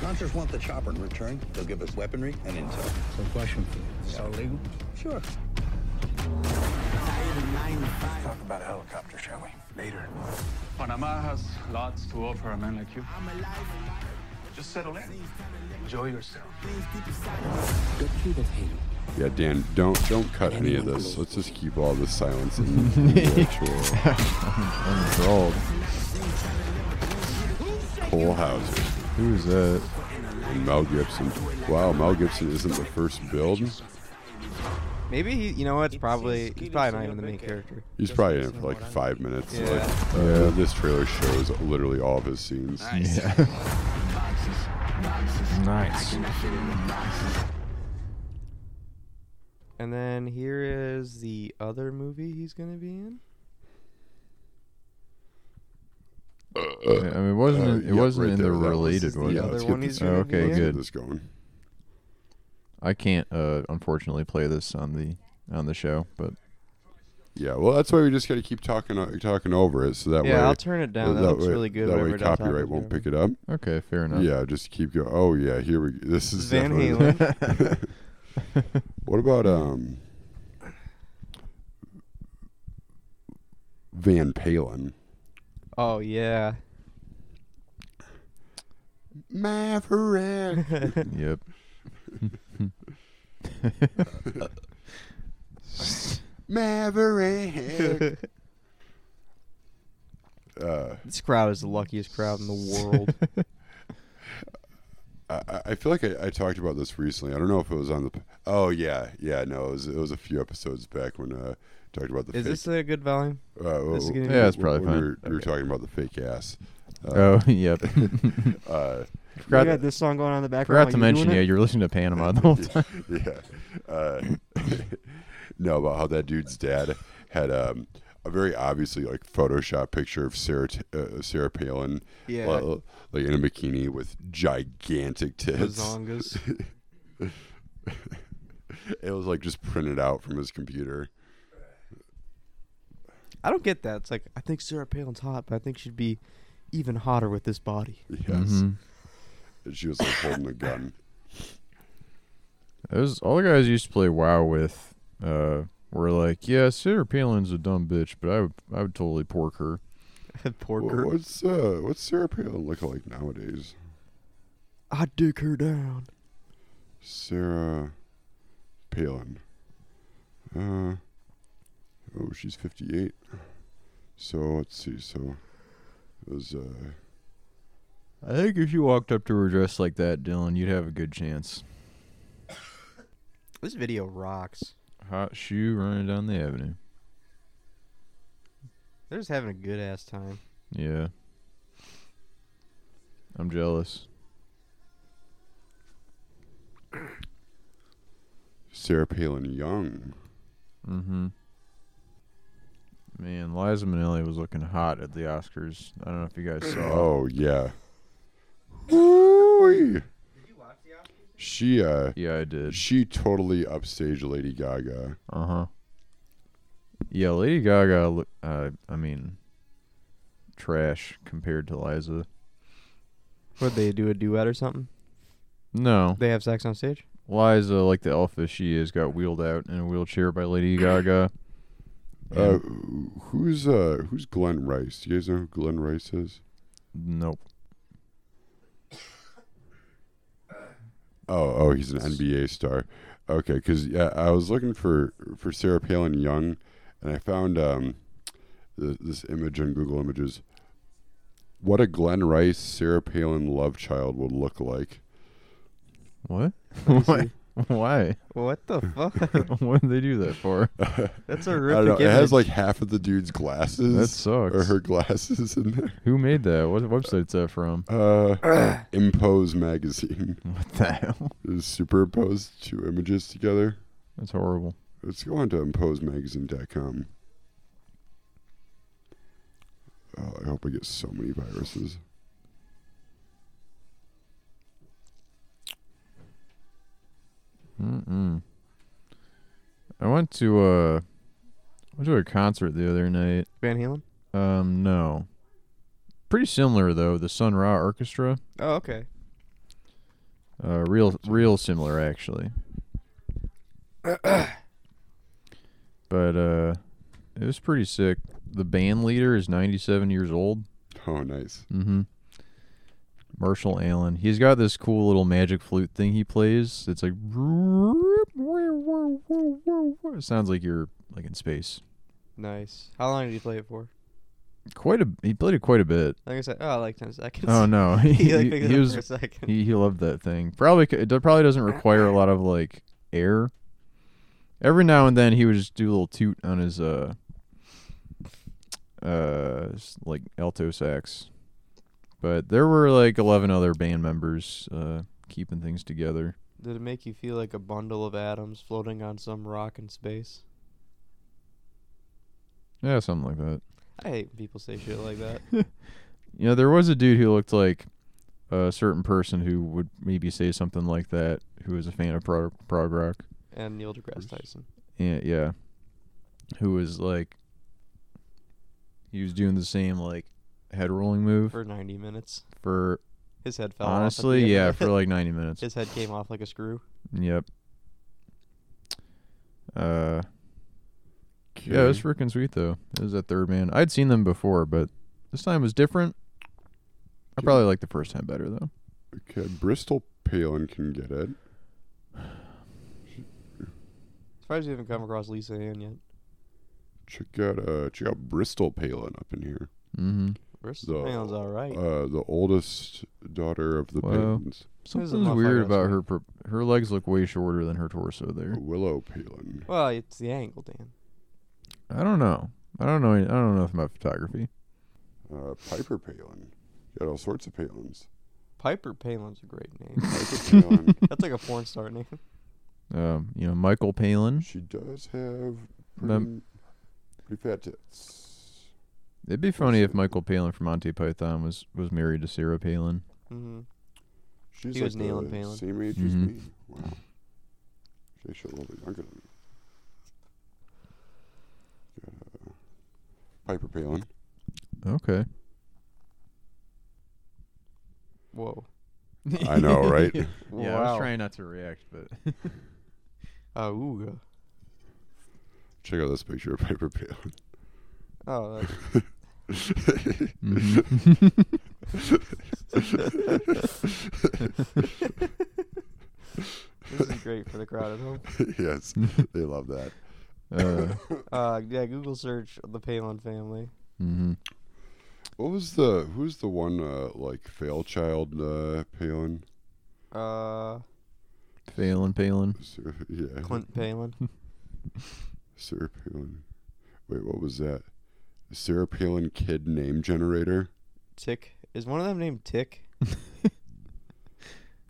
Speaker 5: Contras want the chopper in return. They'll give us weaponry and intel.
Speaker 7: So question for you. Is that legal?
Speaker 5: Sure.
Speaker 7: Talk about a helicopter, shall we? Later.
Speaker 8: Panama has lots to offer a man like you. Just settle in. Enjoy yourself.
Speaker 3: Yeah, Dan, don't don't cut any of this. Let's just keep all the silence in the actual
Speaker 2: Enthralled.
Speaker 3: Cole Hauser
Speaker 2: Who's that?
Speaker 3: and Mel Gibson. Wow, Mel Gibson isn't the first build.
Speaker 4: Maybe he, you know what? It's probably he's probably not even the main character.
Speaker 3: He's probably in it for like five minutes.
Speaker 4: Yeah.
Speaker 3: Like, uh, This trailer shows literally all of his scenes.
Speaker 2: <laughs> Nice.
Speaker 4: And then here is the other movie he's gonna be in.
Speaker 2: I mean, it wasn't.
Speaker 3: Uh,
Speaker 2: in- it
Speaker 3: yeah,
Speaker 2: wasn't
Speaker 3: right
Speaker 2: in the
Speaker 3: there, that was
Speaker 2: related
Speaker 4: the
Speaker 2: one.
Speaker 4: other
Speaker 3: let's get
Speaker 4: one
Speaker 3: this-
Speaker 4: he's gonna
Speaker 2: be Okay, in.
Speaker 3: let's get
Speaker 2: good.
Speaker 3: this going.
Speaker 2: I can't, uh, unfortunately, play this on the on the show. But
Speaker 3: Yeah, well, that's why we just got to keep talking o- talking over it so that way.
Speaker 4: yeah, I'll turn it down. That, looks
Speaker 3: way,
Speaker 4: really good.
Speaker 3: That
Speaker 4: whatever
Speaker 3: way,
Speaker 4: Del Taco's
Speaker 3: copyright won't
Speaker 4: doing.
Speaker 3: pick it up.
Speaker 2: okay, fair enough.
Speaker 3: Yeah, just keep going. Oh yeah, here we. This is
Speaker 4: Van
Speaker 3: definitely-
Speaker 4: <laughs> Halen.
Speaker 3: What about um Van Palin?
Speaker 4: oh yeah.
Speaker 3: Maverick.
Speaker 2: Yep.
Speaker 3: <laughs> Maverick. uh,
Speaker 4: This crowd is the luckiest crowd <laughs> in the world.
Speaker 3: I- I, I feel like I, I talked about this recently. I don't know if it was on the. p- Oh yeah, yeah. No, it was, it was a few episodes back when uh talked about the.
Speaker 4: is
Speaker 3: fake,
Speaker 4: this a good volume?
Speaker 3: uh,
Speaker 4: this is
Speaker 3: w-
Speaker 4: gonna
Speaker 2: be- Yeah, it's probably
Speaker 3: when we
Speaker 2: fine.
Speaker 3: were, we were talking about the fake ass.
Speaker 2: oh, <laughs> yep.
Speaker 3: Uh,
Speaker 4: you
Speaker 2: Forgot,
Speaker 4: got this song going on in the background.
Speaker 2: forgot to mention. Yeah, you're listening to Panama <laughs> the whole time.
Speaker 3: <laughs> yeah. Uh, <laughs> no, about how that dude's dad had um, a very obviously like Photoshop picture of Sarah T- uh, Sarah Palin,
Speaker 4: Yeah.
Speaker 3: uh, like in a bikini with gigantic tits.
Speaker 4: Bazongas.
Speaker 3: <laughs> It was like just printed out from his computer.
Speaker 4: I don't get that. It's like I think Sarah Palin's hot, but I think she'd be even hotter with this <laughs> body.
Speaker 3: Yes,
Speaker 4: Mm-hmm.
Speaker 2: Mm-hmm.
Speaker 3: and she was like holding a gun.
Speaker 2: Those all the guys I used to play WoW with uh, were like, "Yeah, Sarah Palin's a dumb bitch, but I would I would totally pork her."
Speaker 4: <laughs> Poor
Speaker 3: Wha-
Speaker 4: girl.
Speaker 3: What's uh, what's Sarah Palin look like nowadays?
Speaker 4: I dig her down.
Speaker 3: Sarah Palin. Uh, oh, she's 58. So let's see. So it was uh,
Speaker 2: I think if you walked up to her dressed like that, Dylan, you'd have a good chance.
Speaker 4: This video rocks.
Speaker 2: Hot shoe running down the avenue.
Speaker 4: They're just having a good ass time.
Speaker 2: Yeah, I'm jealous.
Speaker 3: Sarah Palin Young.
Speaker 2: Mm-hmm. Man, Liza Minnelli was looking hot at the Oscars. I don't know if you guys <clears throat> saw.
Speaker 3: Oh yeah. Woo-wee. She uh,
Speaker 2: Yeah, I did.
Speaker 3: she totally upstaged Lady Gaga.
Speaker 2: Uh huh. Yeah, Lady Gaga. loo- Uh, I mean, trash compared to Liza.
Speaker 4: What they do a duet or something?
Speaker 2: No,
Speaker 4: They have sex on stage?
Speaker 2: Liza, like the alpha she is, got wheeled out in a wheelchair by <coughs> Lady Gaga.
Speaker 3: Uh,
Speaker 2: And-
Speaker 3: wh- who's uh, who's Glenn Rice? Do you guys know who Glenn Rice is?
Speaker 2: nope.
Speaker 3: Oh, oh, he's an NBA star. Okay, because yeah, I was looking for for Sarah Palin Young, and I found um, th- this image on Google Images. What a Glenn Rice Sarah Palin love child would look like.
Speaker 2: What? <laughs> Why? Why? <laughs>
Speaker 4: What the fuck?
Speaker 2: what did they do that <laughs> for?
Speaker 4: That's a
Speaker 3: I don't know.
Speaker 4: horrific
Speaker 3: It has
Speaker 4: image.
Speaker 3: like half of the dude's glasses.
Speaker 2: That sucks.
Speaker 3: Or her glasses in there.
Speaker 2: Who made that? What website's that from? <clears throat>
Speaker 3: Uh, Impose magazine
Speaker 2: What the hell?
Speaker 3: is superimposed two images together.
Speaker 2: That's horrible.
Speaker 3: Let's go on to imposemagazine.com. Oh, I hope I get so many viruses.
Speaker 2: Mm-mm. I went to uh, I went to a concert the other night.
Speaker 4: Van Halen?
Speaker 2: Um, no. Pretty similar though. The Sun Ra Orchestra.
Speaker 4: Oh, okay.
Speaker 2: Uh, real, real similar actually. <coughs> but uh, it was pretty sick. The band leader is 97 years old.
Speaker 3: Oh, nice.
Speaker 2: Mm-hmm. Marshall Allen. He's got this cool little magic flute thing he plays. It's like <laughs> it sounds like you're like in space.
Speaker 4: Nice. How long did you play it for?
Speaker 2: Quite a he played it quite a bit.
Speaker 4: Like I said, oh, like 10 seconds. <laughs>
Speaker 2: Oh no, he, <laughs>
Speaker 4: he like
Speaker 2: he-
Speaker 4: picked
Speaker 2: he
Speaker 4: it up
Speaker 2: was
Speaker 4: for a second.
Speaker 2: he, he loved that thing. Probably c- it do- probably doesn't require a lot of like air. Every now and then he would just do a little toot on his uh uh s- like alto sax. But there were like 11 other band members uh keeping things together.
Speaker 4: Did it make you feel like a bundle of atoms floating on some rock in space?
Speaker 2: Yeah, something like that.
Speaker 4: I hate when people say shit like
Speaker 2: <laughs>
Speaker 4: that.
Speaker 2: You know, there was a dude who looked like a certain person who would maybe say something like that who was a fan of prog, prog rock.
Speaker 4: And Neil deGrasse Tyson.
Speaker 2: Yeah, yeah. Who was like he was doing the same like head rolling move
Speaker 4: For 90 minutes.
Speaker 2: for
Speaker 4: His head fell off. at
Speaker 2: honestly,
Speaker 4: the end
Speaker 2: yeah,
Speaker 4: of
Speaker 2: for
Speaker 4: <laughs> it.
Speaker 2: like 90 minutes.
Speaker 4: His head came off like a screw.
Speaker 2: Yep. Uh yeah, it was freaking sweet though. It was that third man. I'd seen them before, but this time was different. I
Speaker 3: Yeah.
Speaker 2: probably liked the first time better though.
Speaker 3: Okay, Bristol Palin can get it.
Speaker 4: As far as you haven't come across Lisa Ann yet.
Speaker 3: Check out uh, check out Bristol Palin up in here.
Speaker 2: Mhm.
Speaker 3: The-
Speaker 4: Bristol Palin's alright.
Speaker 3: Uh, the oldest daughter of the
Speaker 2: Wow.
Speaker 3: Palins,
Speaker 4: Who's the
Speaker 2: Something's
Speaker 4: motherfucker
Speaker 2: weird
Speaker 4: that's
Speaker 2: about her pro- her legs look way shorter than her torso there.
Speaker 3: Willow Palin.
Speaker 4: well, it's the angle, Dan.
Speaker 2: I don't know. I don't know. any- I don't know about photography.
Speaker 3: Uh, Piper Palin. Got all sorts
Speaker 2: <laughs>
Speaker 3: of Palins.
Speaker 4: Piper Palin's a great name.
Speaker 3: Piper Palin.
Speaker 4: That's like a porn star name.
Speaker 2: Um, you know, Michael Palin.
Speaker 3: She does have pretty,
Speaker 2: Mem-
Speaker 3: pretty fat tits.
Speaker 2: It'd be funny if Michael Palin from Monty Python was was married to Sarah Palin.
Speaker 4: Mm-hmm.
Speaker 3: She's
Speaker 4: He
Speaker 3: like
Speaker 4: was nailing
Speaker 3: the
Speaker 4: Palin.
Speaker 3: Same age as
Speaker 2: Mhm.
Speaker 3: me. Wow. She's a little bit younger than me. Got, uh, Piper Palin.
Speaker 2: Okay.
Speaker 4: Whoa.
Speaker 3: I know,
Speaker 2: <laughs>
Speaker 3: right?
Speaker 2: Yeah, I was
Speaker 4: Wow.
Speaker 2: trying not to react, but <laughs>
Speaker 4: Auga.
Speaker 3: Check out this picture of Piper Palin.
Speaker 4: Oh, that's
Speaker 3: <laughs> <laughs>
Speaker 4: this is great for the crowd at home.
Speaker 3: yes, they love that.
Speaker 2: uh,
Speaker 4: Uh, yeah, Google search the Palin family.
Speaker 2: mhm.
Speaker 3: What was the who's the one uh, like Failchild uh, Palin?
Speaker 4: Uh,
Speaker 2: Palin, Palin.
Speaker 3: Sir, yeah, <laughs>
Speaker 4: Clint Palin.
Speaker 3: Sarah Palin. Wait, what was that? Sarah Palin kid name generator.
Speaker 4: Tick. Is one of them
Speaker 3: <laughs>
Speaker 4: named Tick?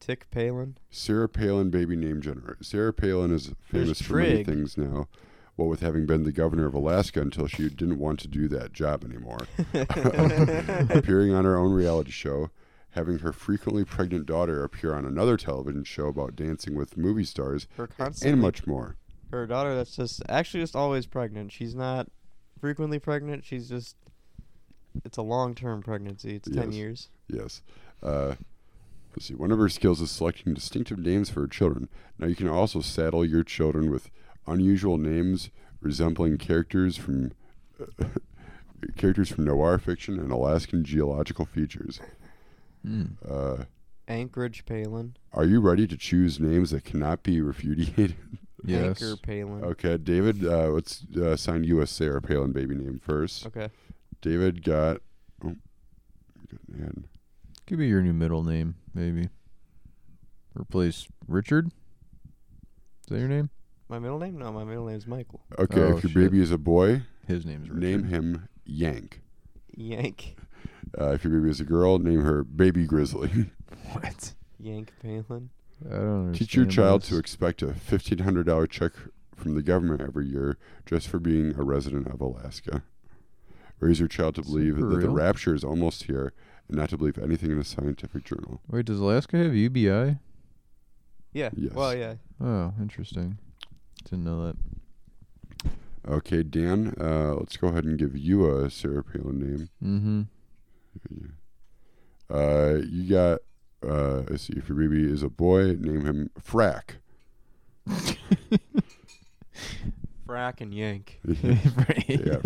Speaker 4: Tick Palin?
Speaker 3: Sarah Palin baby name generator. Sarah Palin is famous for many
Speaker 4: Trig.
Speaker 3: things now. Well, with having been the governor of Alaska until she didn't want to do that job anymore. <laughs> appearing on her own reality show, having her frequently pregnant daughter appear on another television show about dancing with movie stars,
Speaker 4: Her
Speaker 3: and
Speaker 4: constantly,
Speaker 3: much more.
Speaker 4: her daughter that's just actually just always pregnant. She's not frequently pregnant. She's just it's a long term pregnancy. It's ten
Speaker 3: Yes.
Speaker 4: years.
Speaker 3: Yes. Uh, let's see. One of her skills is selecting distinctive names for her children. Now, you can also saddle your children with unusual names resembling characters from. uh, <laughs> Characters from noir fiction and Alaskan geological features.
Speaker 2: Mm.
Speaker 3: Uh,
Speaker 4: Anchorage Palin.
Speaker 3: are you ready to choose names that cannot be refuted?
Speaker 2: Yes.
Speaker 4: Anchor
Speaker 3: <laughs>
Speaker 4: Palin.
Speaker 3: Okay, David, uh, let's uh, sign you a Sarah Palin baby name first.
Speaker 2: Oh.
Speaker 4: Okay.
Speaker 3: David got. Oh, got an ad.
Speaker 2: Could be your new middle name, maybe. Replace Richard. Is that your name?
Speaker 4: My middle name? No, my middle name is Michael.
Speaker 3: Okay,
Speaker 2: Oh,
Speaker 3: if your
Speaker 2: shit.
Speaker 3: baby is a boy,
Speaker 2: His name's Richard.
Speaker 3: name him Yank.
Speaker 4: Yank.
Speaker 3: Uh, if your baby is a girl, name her Baby Grizzly.
Speaker 2: What?
Speaker 4: Yank Palin.
Speaker 2: I don't
Speaker 3: <laughs> Teach your
Speaker 2: understand
Speaker 3: child
Speaker 2: this.
Speaker 3: to expect a fifteen hundred dollar check from the government every year just for being a resident of Alaska. Raise your child to
Speaker 2: Is that
Speaker 3: believe
Speaker 2: for
Speaker 3: that the
Speaker 2: real?
Speaker 3: rapture is almost here, and not to believe anything in a scientific journal.
Speaker 2: Wait, does Alaska have UBI?
Speaker 4: Yeah.
Speaker 3: Yes.
Speaker 4: Well, yeah.
Speaker 2: Oh, interesting. Didn't know that.
Speaker 3: Okay, Dan, uh, let's go ahead and give you a Sarah Palin name.
Speaker 2: Mm-hmm.
Speaker 3: Uh, you got. Uh, let's see. If your baby is a boy, name him
Speaker 2: <laughs>
Speaker 3: Frack. <laughs>
Speaker 4: Frack and yank.
Speaker 2: <laughs>
Speaker 3: yeah,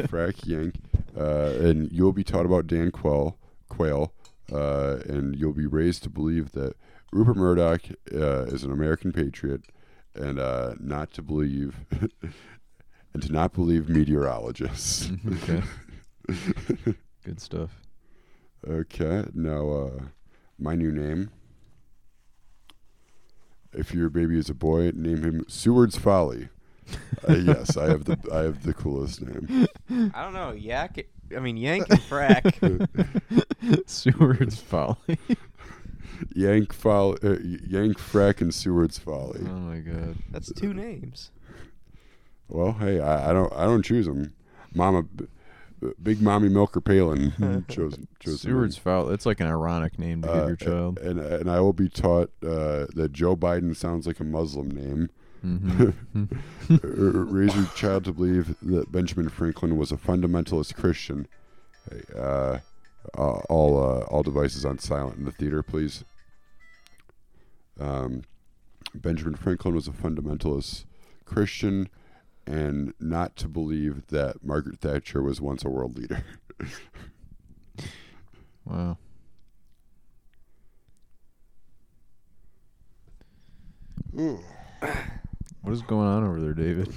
Speaker 3: Frack Yank. Uh, and you'll be taught about Dan Quayle, Quayle uh, and you'll be raised to believe that Rupert Murdoch uh, is an American patriot, and uh, not to believe, <laughs> and to not believe meteorologists.
Speaker 2: okay.
Speaker 3: <laughs>
Speaker 2: Good stuff. <laughs>
Speaker 3: Okay, now uh, my new name. If your baby is a boy, name him Seward's Folly. Uh, yes, I have the I have the coolest name.
Speaker 4: I don't know. Yak. I mean, yank and <laughs> frack.
Speaker 2: Seward's folly.
Speaker 3: Yank Folly, uh, Yank Frack, and Seward's Folly.
Speaker 2: oh my god.
Speaker 4: That's two names.
Speaker 3: Well, hey, I, I don't I don't choose them. Mama, B- Big Mommy
Speaker 2: <laughs>
Speaker 3: Milker Palin chose chose the
Speaker 2: Seward's
Speaker 3: name.
Speaker 2: folly. It's like an ironic name to give
Speaker 3: Uh,
Speaker 2: your child.
Speaker 3: And and I will be taught uh, that Joe Biden sounds like a Muslim name. <laughs>
Speaker 2: hmm
Speaker 3: R- raise your child to believe that Benjamin Franklin was a fundamentalist Christian. Hey, uh, uh, all uh, all devices on silent in the theater, please. Um, Benjamin Franklin was a fundamentalist Christian, and not to believe that Margaret Thatcher was once a world leader. <laughs>
Speaker 2: Wow. What is going on over there, David?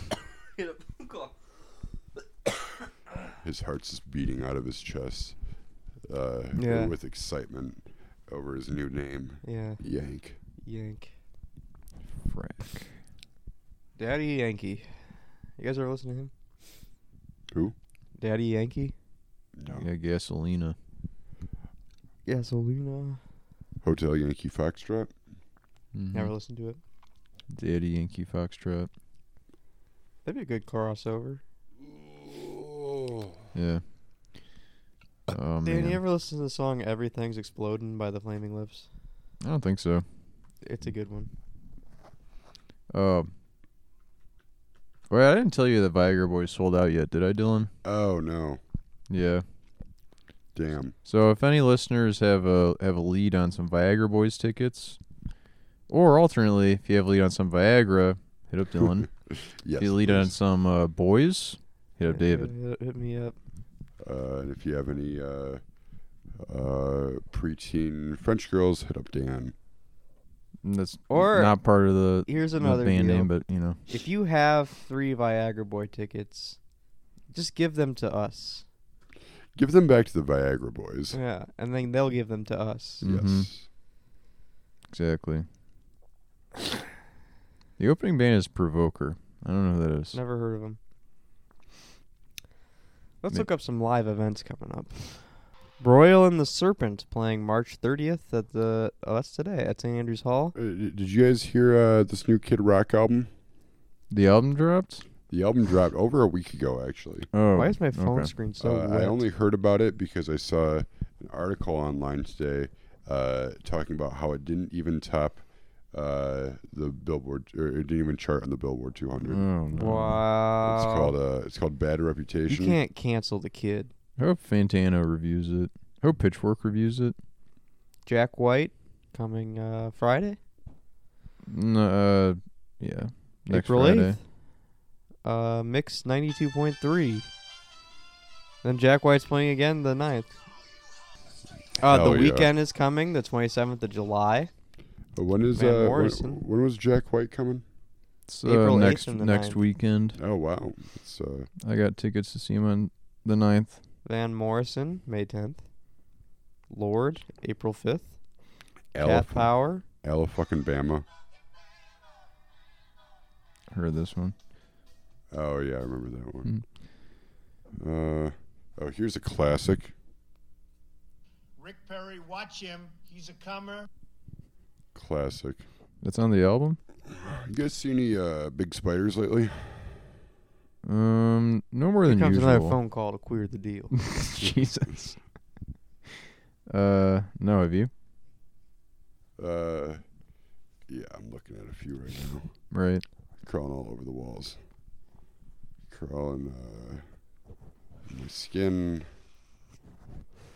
Speaker 3: His heart's just beating out of his chest uh,
Speaker 4: Yeah.
Speaker 3: with excitement over his new name,
Speaker 4: Yeah.
Speaker 3: Yank.
Speaker 4: Yank.
Speaker 2: Frack.
Speaker 4: Daddy Yankee. You guys ever listen to him?
Speaker 3: Who?
Speaker 4: Daddy Yankee.
Speaker 3: No.
Speaker 2: Yeah, gasolina.
Speaker 4: Gasolina.
Speaker 3: Hotel Yankee Foxtrot.
Speaker 2: Mhm.
Speaker 4: Never listened to it.
Speaker 2: Daddy Yankee Foxtrot.
Speaker 4: That'd be a good crossover.
Speaker 2: Yeah. Oh
Speaker 4: Dude,
Speaker 2: man.
Speaker 4: you Uh, ever listen to the song "Everything's Exploding" by the Flaming Lips?
Speaker 2: I don't think so.
Speaker 4: It's a good one.
Speaker 2: Uh, wait, I didn't tell you that Viagra Boys sold out yet, did I, Dylan?
Speaker 3: Oh no.
Speaker 2: Yeah.
Speaker 3: Damn.
Speaker 2: So if any listeners have a have a lead on some Viagra Boys tickets, or alternately, if you have a lead on some Viagra, hit up
Speaker 4: <laughs>
Speaker 2: Dylan.
Speaker 3: Yes.
Speaker 2: if you lead on
Speaker 3: please.
Speaker 2: some uh, boys, hit up David.
Speaker 4: Uh, hit- hit me up.
Speaker 3: Uh, and if you have any uh, uh, preteen French girls, hit up Dan.
Speaker 2: And That's
Speaker 4: Or-
Speaker 2: not part of the
Speaker 4: Here's
Speaker 2: the
Speaker 4: another
Speaker 2: band
Speaker 4: deal.
Speaker 2: name, but you know,
Speaker 4: If you have three Viagra Boy tickets, just give them to us.
Speaker 3: Give them back to the Viagra Boys.
Speaker 4: Yeah, and then they'll give them to us.
Speaker 2: Mhm.
Speaker 3: Yes.
Speaker 2: exactly. The opening band is Provoker. I don't know who that is.
Speaker 4: Never heard of them. Let's
Speaker 2: Ma-
Speaker 4: look up some live events coming up. Broil and the Serpent playing March 30th at the. Oh, that's today at St. Andrews Hall.
Speaker 3: Uh, d- did you guys hear uh, this new Kid Rock album?
Speaker 2: The album dropped.
Speaker 3: The album dropped over a week ago, actually.
Speaker 2: Oh,
Speaker 4: Why is my phone
Speaker 2: okay.
Speaker 4: screen so
Speaker 3: uh,
Speaker 4: wet?
Speaker 3: I only heard about it because I saw an article online today uh, talking about how it didn't even top uh, the Billboard, or it didn't even chart on the Billboard 200.
Speaker 2: Oh no.
Speaker 4: wow.
Speaker 3: It's called uh, it's called Bad
Speaker 4: You
Speaker 3: Reputation.
Speaker 4: can't cancel the kid.
Speaker 2: Hope Fantano reviews it. Hope Pitchfork reviews it.
Speaker 4: Jack White coming uh, Friday,
Speaker 2: N- uh, yeah. Next
Speaker 4: April
Speaker 2: Friday.
Speaker 4: 8th. Uh, mix 92.3. Then Jack White's playing again the 9th. Uh,
Speaker 3: Hell
Speaker 4: the
Speaker 3: yeah.
Speaker 4: weekend is coming, the 27th of July.
Speaker 3: Uh, When is
Speaker 4: Van
Speaker 3: uh, when,
Speaker 4: Morrison.
Speaker 3: when was Jack White coming?
Speaker 2: It's, uh,
Speaker 4: April 8th
Speaker 2: next
Speaker 4: and the
Speaker 2: next
Speaker 4: 9th.
Speaker 2: weekend.
Speaker 3: Oh wow, it's uh,
Speaker 2: I got tickets to see him on the 9th.
Speaker 4: Van Morrison, May 10th. Lord, April 5th. Cat
Speaker 3: Alif
Speaker 4: Power,
Speaker 3: fucking Bama.
Speaker 2: Heard this one.
Speaker 3: Oh yeah, I remember that one.
Speaker 4: Hmm.
Speaker 3: Uh, oh, here's a classic.
Speaker 9: Rick Perry, watch him. He's a comer.
Speaker 3: Classic.
Speaker 2: That's on the album.
Speaker 3: You guys see any uh, big spiders lately?
Speaker 2: Um, no more
Speaker 4: Here
Speaker 2: than
Speaker 4: comes
Speaker 2: usual.
Speaker 4: another <laughs> phone call to queer the deal.
Speaker 2: <laughs> Jesus. Uh, no, have you?
Speaker 3: Uh, yeah, I'm looking at a few right now.
Speaker 2: Right.
Speaker 3: Crawling all over the walls. Crawling uh, my skin.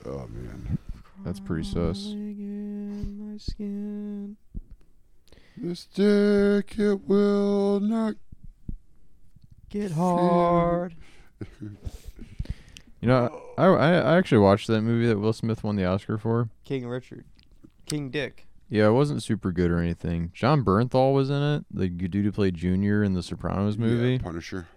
Speaker 3: Oh man,
Speaker 2: That's pretty sus.
Speaker 4: Crawling in my skin.
Speaker 3: this dick it will not.
Speaker 4: Get hard.
Speaker 2: You know, I, I I actually watched that movie that Will Smith won the Oscar for.
Speaker 4: King Richard. King Dick.
Speaker 2: Yeah, it wasn't super good or anything. John Bernthal was in it, the dude who played Junior in the Sopranos
Speaker 3: Yeah,
Speaker 2: movie.
Speaker 3: Punisher.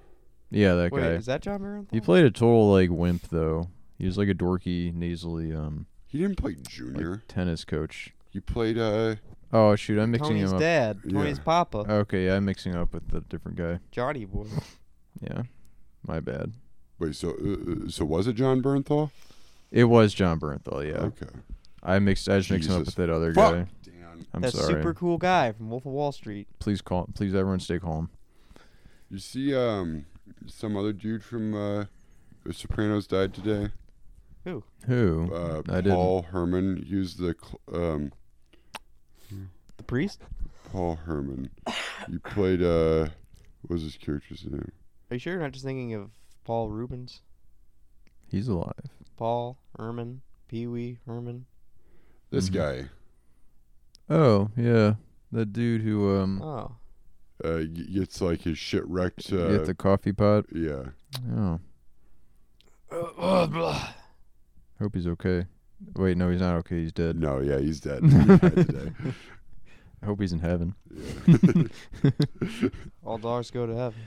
Speaker 2: Yeah, that
Speaker 4: Wait,
Speaker 2: guy.
Speaker 4: is that John Maranthon?
Speaker 2: he played a total like wimp though. He was like a dorky, nasally um
Speaker 3: He didn't play
Speaker 2: like,
Speaker 3: Junior.
Speaker 2: tennis coach.
Speaker 3: he played. Uh,
Speaker 2: Oh shoot, I'm mixing
Speaker 4: Tony's
Speaker 2: him up. Uh,
Speaker 4: dad.
Speaker 3: Yeah.
Speaker 4: Tony's papa.
Speaker 2: Okay, yeah, I'm mixing up with the different guy.
Speaker 4: Johnny boy.
Speaker 2: Yeah, my bad.
Speaker 3: wait, so uh, uh, so was it John Bernthal?
Speaker 2: It was John Bernthal. Yeah,
Speaker 3: Okay.
Speaker 2: I mixed. I just mixed him up
Speaker 3: Jesus.
Speaker 2: with that other
Speaker 3: Fuck.
Speaker 2: guy.
Speaker 3: Dan,
Speaker 2: I'm
Speaker 4: That
Speaker 2: sorry.
Speaker 4: super cool guy from Wolf of Wall Street.
Speaker 2: Please call. Please, everyone, stay calm.
Speaker 3: you see, um, some other dude from uh, The Sopranos died today.
Speaker 2: Who?
Speaker 3: Uh,
Speaker 2: I didn't.
Speaker 3: Paul Herman used the cl- um,
Speaker 4: The priest?
Speaker 3: Paul Herman. You played uh what was his character's name?
Speaker 4: Are you sure you're not just thinking of Paul Rubens?
Speaker 2: He's alive.
Speaker 4: Paul, Herman, Pee Wee, Herman.
Speaker 3: This
Speaker 2: Mhm.
Speaker 3: guy.
Speaker 2: Oh yeah, that dude who um
Speaker 4: Oh.
Speaker 3: Uh g- gets like his shit wrecked uh,
Speaker 2: hit the coffee pot.
Speaker 3: yeah.
Speaker 2: Oh,
Speaker 4: Uh,
Speaker 2: hope he's okay. Wait, no, he's not okay. He's dead.
Speaker 3: No, yeah,
Speaker 2: <laughs>
Speaker 3: he's dead. He died today.
Speaker 2: I hope he's in heaven.
Speaker 4: All dollars go to heaven.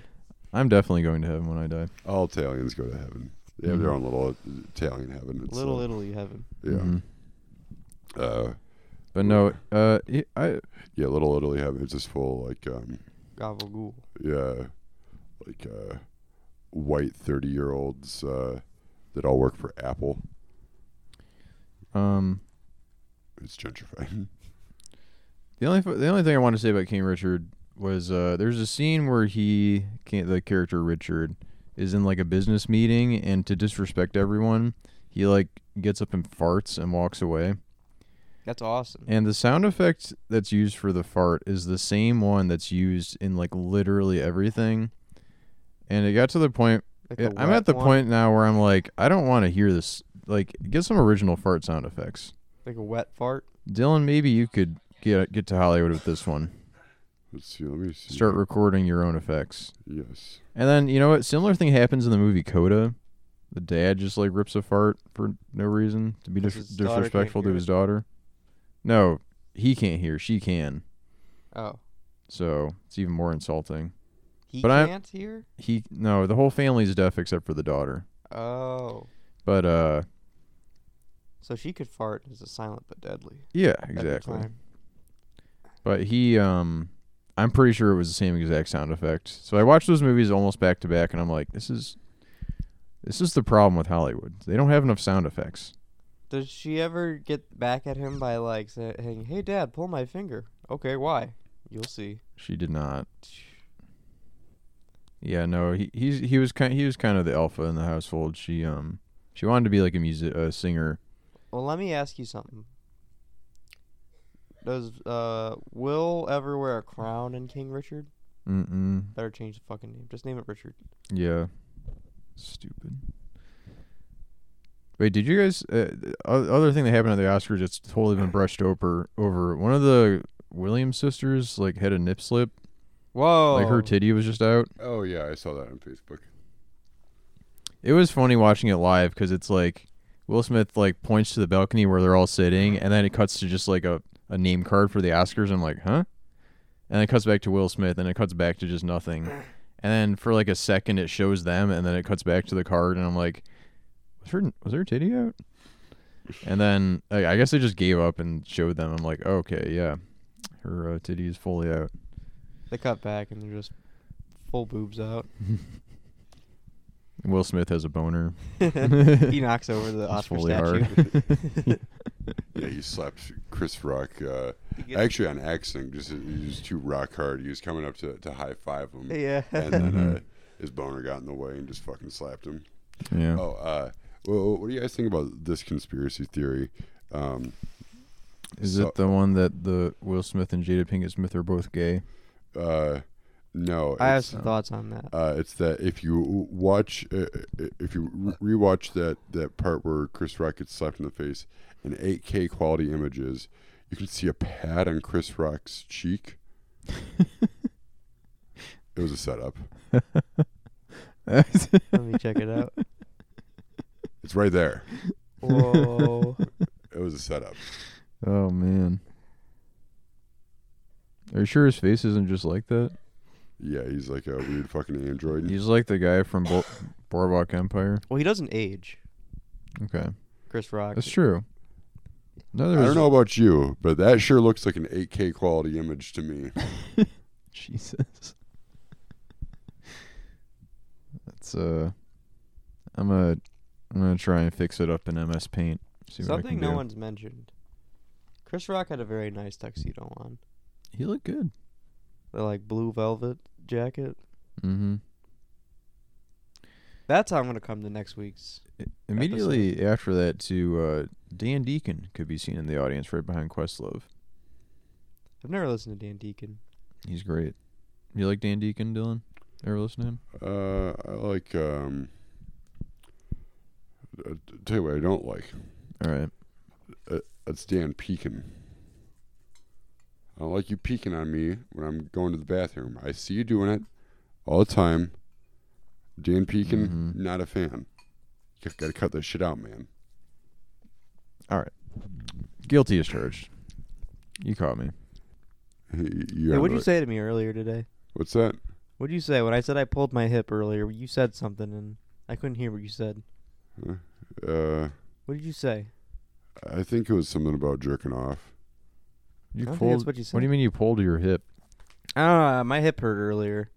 Speaker 2: I'm definitely going to heaven when I die.
Speaker 3: All Italians go to heaven. They have their own little Italian heaven. It's
Speaker 4: Little
Speaker 3: uh,
Speaker 4: Italy heaven.
Speaker 3: yeah.
Speaker 2: Mhm.
Speaker 3: Uh
Speaker 2: But no, uh, he, I
Speaker 3: yeah, little Italy heaven. It's just full like um
Speaker 4: Gavagool.
Speaker 3: yeah like uh white thirty year olds uh that all work for Apple.
Speaker 2: um
Speaker 3: It's gentrified.
Speaker 2: the only the only thing I want to say about King Richard was uh there's a scene where he can the character Richard is in like a business meeting and to disrespect everyone he like gets up and farts and walks away.
Speaker 4: That's awesome.
Speaker 2: And the sound effect that's used for the fart is the same one that's used in like literally everything. And it got to the point.
Speaker 4: Like
Speaker 2: yeah,
Speaker 4: the
Speaker 2: I'm
Speaker 4: wet
Speaker 2: at the
Speaker 4: one?
Speaker 2: point now where I'm like, I don't want to hear this. Like, get some original fart sound effects.
Speaker 4: Like a wet fart.
Speaker 2: Dylan, maybe you could get get to Hollywood with this one.
Speaker 3: <laughs> Let's see, let me see.
Speaker 2: Start recording your own effects.
Speaker 3: Yes.
Speaker 2: And then you know what? Similar thing happens in the movie Coda. The dad just like rips a fart for no reason to be
Speaker 4: 'Cause
Speaker 2: dis-
Speaker 4: his daughter can't
Speaker 2: disrespectful to
Speaker 4: hear
Speaker 2: his
Speaker 4: it.
Speaker 2: daughter. No, he can't hear. She can.
Speaker 4: Oh.
Speaker 2: So it's even more insulting.
Speaker 4: He
Speaker 2: But I-
Speaker 4: can't hear?
Speaker 2: He no, the whole family's deaf except for the daughter.
Speaker 4: Oh.
Speaker 2: But uh,
Speaker 4: So she could fart as a silent but deadly.
Speaker 2: yeah,
Speaker 4: at the
Speaker 2: exactly.
Speaker 4: time.
Speaker 2: But he um, I'm pretty sure it was the same exact sound effect. So I watched those movies almost back to back, and I'm like, this is, this is the problem with Hollywood. They don't have enough sound effects.
Speaker 4: Does she ever get back at him by like saying, "Hey, Dad, pull my finger"? Okay, why? You'll see.
Speaker 2: She did not. Yeah, no, he he's, he was kind he was kind of the alpha in the household. She um, she wanted to be like a music a singer.
Speaker 4: Well, let me ask you something. Does uh Will ever wear a crown in King Richard?
Speaker 2: Mm-mm.
Speaker 4: Better change the fucking name. Just name it Richard.
Speaker 2: Yeah. Stupid. Wait, did you guys? Uh, th- o- other thing that happened at the Oscars that's totally been brushed over. Over one of the Williams sisters like had a nip slip,
Speaker 4: Whoa!
Speaker 2: like her titty was just out.
Speaker 3: Oh yeah, I saw that on Facebook.
Speaker 2: It was funny watching it live because it's like Will Smith like points to the balcony where they're all sitting, and then it cuts to just like a a name card for the Oscars. And I'm like, huh? And it cuts back to Will Smith, and it cuts back to just nothing. And then for like a second, it shows them, and then it cuts back to the card, and I'm like, was her was her titty out? And then I, I guess I just gave up and showed them. I'm like, okay, yeah, her uh, titty is fully out.
Speaker 4: They cut back and they're just full
Speaker 2: <laughs>
Speaker 4: boobs out. <laughs>
Speaker 2: Will Smith has a boner.
Speaker 4: he knocks over the
Speaker 2: It's
Speaker 4: <laughs> Oscar
Speaker 2: fully
Speaker 4: statue.
Speaker 2: hard.
Speaker 3: Yeah, he slapped Chris Rock uh, Actually, on accident, just he was too rock hard. He was coming up to, to high five him.
Speaker 4: Yeah.
Speaker 3: And then uh, his boner got in the way and just fucking slapped him.
Speaker 2: Yeah.
Speaker 3: Oh, uh, well, what do you guys think about this conspiracy theory? Um,
Speaker 2: Is
Speaker 3: so-
Speaker 2: it the one that the Will Smith and Jada Pinkett Smith are both gay?
Speaker 3: uh, no,
Speaker 4: I have
Speaker 3: it's-
Speaker 4: some thoughts on <laughs> that.
Speaker 3: Uh, it's that if you watch, uh, uh, if you re- rewatch that that part where Chris Rock gets slapped in the face in 8K quality images, you can see a pad on Chris Rock's cheek. it was a setup.
Speaker 4: Let me check it out.
Speaker 3: It's right there.
Speaker 4: Whoa.
Speaker 3: It was a setup.
Speaker 2: oh man. Are you sure his face isn't just like that?
Speaker 3: Yeah, he's like a weird fucking android.
Speaker 2: He's like the guy from Bo- Boardwalk Empire.
Speaker 4: <laughs> Well, he doesn't age.
Speaker 2: Okay,
Speaker 4: Chris Rock.
Speaker 2: that's true. No,
Speaker 3: I
Speaker 2: there was
Speaker 3: don't know about you, but that sure looks like an 8K quality image to me.
Speaker 2: Jesus. That's uh, I'm gonna I'm gonna try and fix it up in MS Paint. See what I
Speaker 4: Something
Speaker 2: can
Speaker 4: no
Speaker 2: do.
Speaker 4: one's mentioned. Chris Rock had a very nice tuxedo on.
Speaker 2: He looked good.
Speaker 4: The like blue velvet jacket.
Speaker 2: Mm-hmm.
Speaker 4: That's how I'm gonna come to next week's.
Speaker 2: Immediately after that, too, uh, Dan Deacon could be seen in the audience right behind Questlove.
Speaker 4: I've never listened to Dan Deacon.
Speaker 2: He's great. You like Dan Deacon, Dylan? Ever listen to him?
Speaker 3: Uh, I like. Um, uh, tell you what I don't like.
Speaker 2: All right.
Speaker 3: uh, it's Dan peeking. I don't like you peeking on me when I'm going to the bathroom. I see you doing it all the time. Dan peeking, not a fan. You gotta cut that shit out, man. <laughs>
Speaker 2: All right. Guilty as charged. You caught me.
Speaker 3: You-
Speaker 4: Hey,
Speaker 3: you
Speaker 4: what'd you
Speaker 3: right.
Speaker 4: say to me earlier today?
Speaker 3: What's that?
Speaker 4: What'd you say when I said I pulled my hip earlier? You said something and I couldn't hear what you said.
Speaker 3: Uh,
Speaker 4: What did you say?
Speaker 3: I think it was something about jerking off.
Speaker 2: You
Speaker 4: I don't think that's
Speaker 2: pulled.
Speaker 4: what you
Speaker 2: do you
Speaker 4: said.
Speaker 2: mean you pulled your hip?
Speaker 4: I don't know. My hip hurt earlier,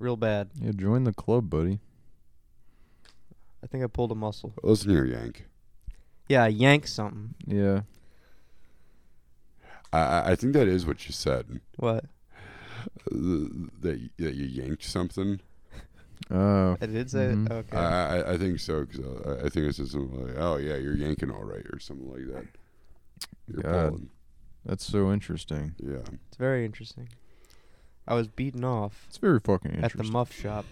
Speaker 4: real bad.
Speaker 2: Yeah, join the club, buddy.
Speaker 4: I think I pulled a muscle.
Speaker 3: Listen here, Yank.
Speaker 4: Yeah, I yanked something.
Speaker 2: Yeah.
Speaker 3: I- I I think that is what you said.
Speaker 4: What?
Speaker 3: Th- That y- that you yanked something.
Speaker 2: Oh.
Speaker 4: I did say
Speaker 2: Mhm.
Speaker 4: okay.
Speaker 3: I I, I- I think so because I, I think it says something like, "Oh yeah, you're yanking all right" or something like that. You're
Speaker 2: God.
Speaker 3: pulling.
Speaker 2: That's so interesting.
Speaker 3: Yeah.
Speaker 4: it's very interesting. I was beaten off
Speaker 2: It's very fucking
Speaker 4: at the
Speaker 2: interesting.
Speaker 4: muff shop.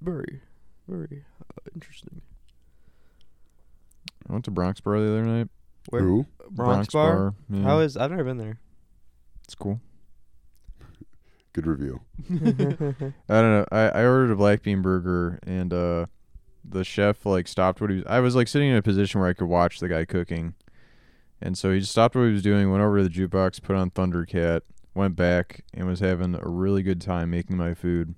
Speaker 4: Very, very uh, interesting.
Speaker 2: I went to Bronx Bar the other night.
Speaker 4: Where
Speaker 3: Who?
Speaker 4: Bronx, Bar?
Speaker 2: Bar. Yeah.
Speaker 4: How is? I've never been there.
Speaker 2: It's cool.
Speaker 3: Good review.
Speaker 2: I don't know. I, I ordered a black bean burger and uh the chef like stopped what he was I was like sitting in a position where I could watch the guy cooking. And so he just stopped what he was doing, went over to the jukebox, put on Thundercat, went back and was having a really good time making my food.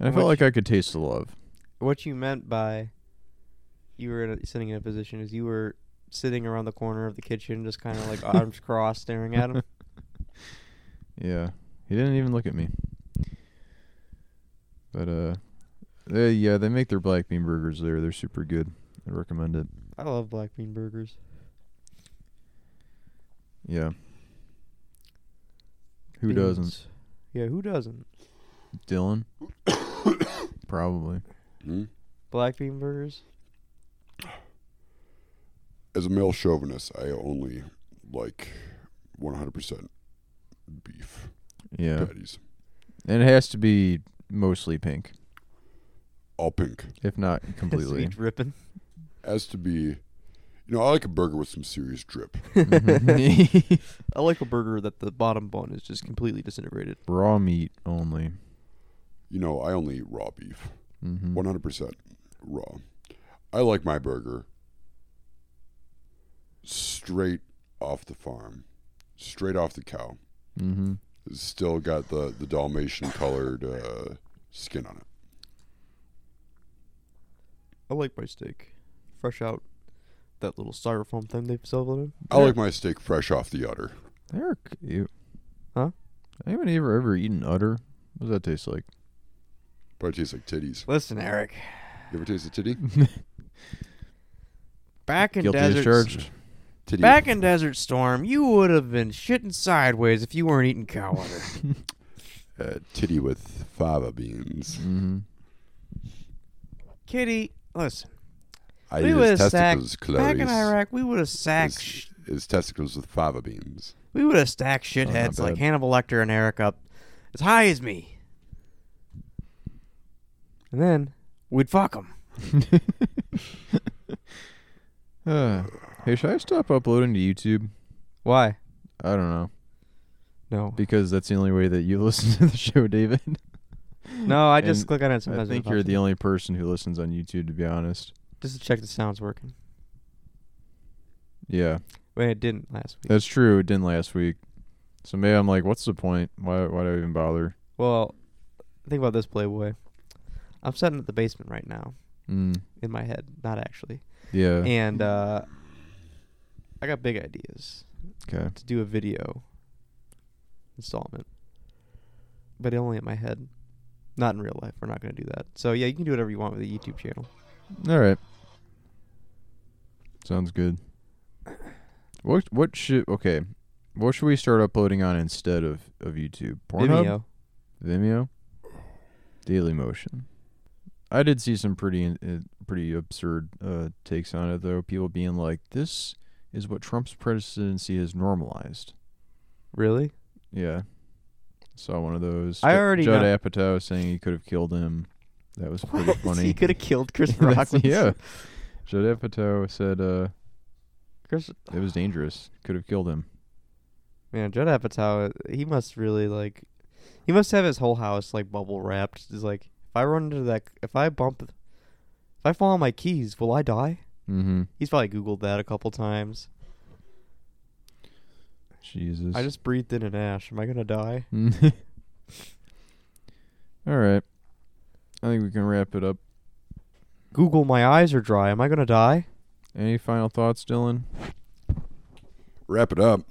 Speaker 2: And I felt
Speaker 4: Which-
Speaker 2: like I could taste the love.
Speaker 4: What you meant by you were in a, sitting in a position is you were sitting around the corner of the kitchen, just kind of
Speaker 2: <laughs>
Speaker 4: like arms crossed, staring at him.
Speaker 2: Yeah. He didn't even look at me. But uh they, yeah, they make their black bean burgers there. They're super good. I recommend it.
Speaker 4: I love black bean burgers.
Speaker 2: Yeah. Who
Speaker 4: Beans.
Speaker 2: doesn't?
Speaker 4: Yeah, who doesn't? <coughs>
Speaker 2: Dylan? Probably.
Speaker 3: Hmm?
Speaker 4: Black bean burgers. <laughs>
Speaker 3: As a male chauvinist, I only like 100% beef
Speaker 2: Yeah.
Speaker 3: patties.
Speaker 2: And it has to be mostly pink,
Speaker 3: All pink.
Speaker 2: if
Speaker 4: <laughs>
Speaker 2: not completely.
Speaker 4: Sweet ripping.
Speaker 3: Has to be, you know, I like a burger with some serious drip.
Speaker 2: Mm-hmm. <laughs>
Speaker 4: I like a burger that the bottom bun is just completely disintegrated.
Speaker 2: Raw meat only.
Speaker 3: You know, I only eat raw beef.
Speaker 2: hmm
Speaker 3: 100% raw. I like my burger straight off the farm, straight off the cow.
Speaker 2: hmm
Speaker 3: It's still got the, the Dalmatian colored uh, skin on it.
Speaker 4: I like my steak fresh out that little styrofoam thing they've sold in.
Speaker 3: I like my steak fresh off the udder.
Speaker 2: They're cute.
Speaker 4: Huh?
Speaker 2: Anybody ever ever eaten udder? What does that taste like?
Speaker 3: But it tastes like titties.
Speaker 4: <laughs> Listen, Eric.
Speaker 3: You ever taste a titty?
Speaker 4: Back in
Speaker 2: Guilty as
Speaker 4: Desert
Speaker 2: charged.
Speaker 3: Did he-
Speaker 4: Back in Desert Storm, you would have been shitting sideways if you weren't
Speaker 2: <laughs>
Speaker 4: eating cow udder.
Speaker 3: uh, titty with fava beans.
Speaker 2: Mm-hmm.
Speaker 4: Kitty, listen.
Speaker 3: I
Speaker 4: we
Speaker 3: eat
Speaker 4: would
Speaker 3: his
Speaker 4: have
Speaker 3: testicles,
Speaker 4: sacked. Back
Speaker 3: Clarice.
Speaker 4: in Iraq, we would have sacked.
Speaker 3: His,
Speaker 4: sh-
Speaker 3: his testicles with fava beans.
Speaker 4: we would have stacked
Speaker 2: Oh, not
Speaker 4: shitheads like
Speaker 2: bad.
Speaker 4: Hannibal Lecter and Eric up as high as me. And then we'd fuck them.
Speaker 2: Uh, hey, should I stop uploading to YouTube?
Speaker 4: Why?
Speaker 2: I don't know
Speaker 4: No.
Speaker 2: because that's the only way that you <laughs> listen to the show, David.
Speaker 4: No, I just
Speaker 2: And
Speaker 4: click on it
Speaker 2: I
Speaker 4: sometimes.
Speaker 2: think you're the only person who listens on YouTube, to be honest.
Speaker 4: Just to check the sound's working.
Speaker 2: Yeah,
Speaker 4: Wait, it didn't last week.
Speaker 2: that's true. It didn't last week, so maybe I'm like, what's the point? Why? Why do I even bother?
Speaker 4: Well, think about this, Playboy. I'm sitting at the basement right now,
Speaker 2: Mm,
Speaker 4: in my head, not actually.
Speaker 2: yeah.
Speaker 4: And uh, I got big ideas
Speaker 2: okay.
Speaker 4: to do a video installment, but only in my head, not in real life. We're not going to do that. So yeah, you can do whatever you want with the YouTube channel.
Speaker 2: All right. Sounds good. What? What should? Okay. What should we start uploading on instead of of YouTube? Pornhub.
Speaker 4: Vimeo.
Speaker 2: Vimeo, Daily Motion. I did see some pretty in- uh, pretty absurd uh, takes on it, though. People being like, "This is what Trump's presidency has normalized."
Speaker 4: Really? <laughs>
Speaker 2: Yeah, saw one of those.
Speaker 4: I
Speaker 2: Ju-
Speaker 4: already
Speaker 2: Judd
Speaker 4: know-
Speaker 2: Apatow saying he could have killed him. That was pretty funny.
Speaker 4: <laughs> he could have killed <laughs> Chris
Speaker 2: <laughs> That's-
Speaker 4: Rock. with-
Speaker 2: yeah, Judd Apatow said uh,
Speaker 4: Chris.
Speaker 2: it was dangerous. Could have killed him.
Speaker 4: Man, Judd Apatow. He must really like. He must have his whole house like bubble wrapped. He's like, if I run into that, if I bump, if I fall on my keys, will I die?
Speaker 2: Mm-hmm.
Speaker 4: He's probably googled that a couple times.
Speaker 2: Jesus.
Speaker 4: I just breathed in an ash. Am I gonna die?
Speaker 2: All right. I think we can wrap it up.
Speaker 4: Google, my eyes are dry. Am I gonna die?
Speaker 2: Any final thoughts, Dylan?
Speaker 3: Wrap it up.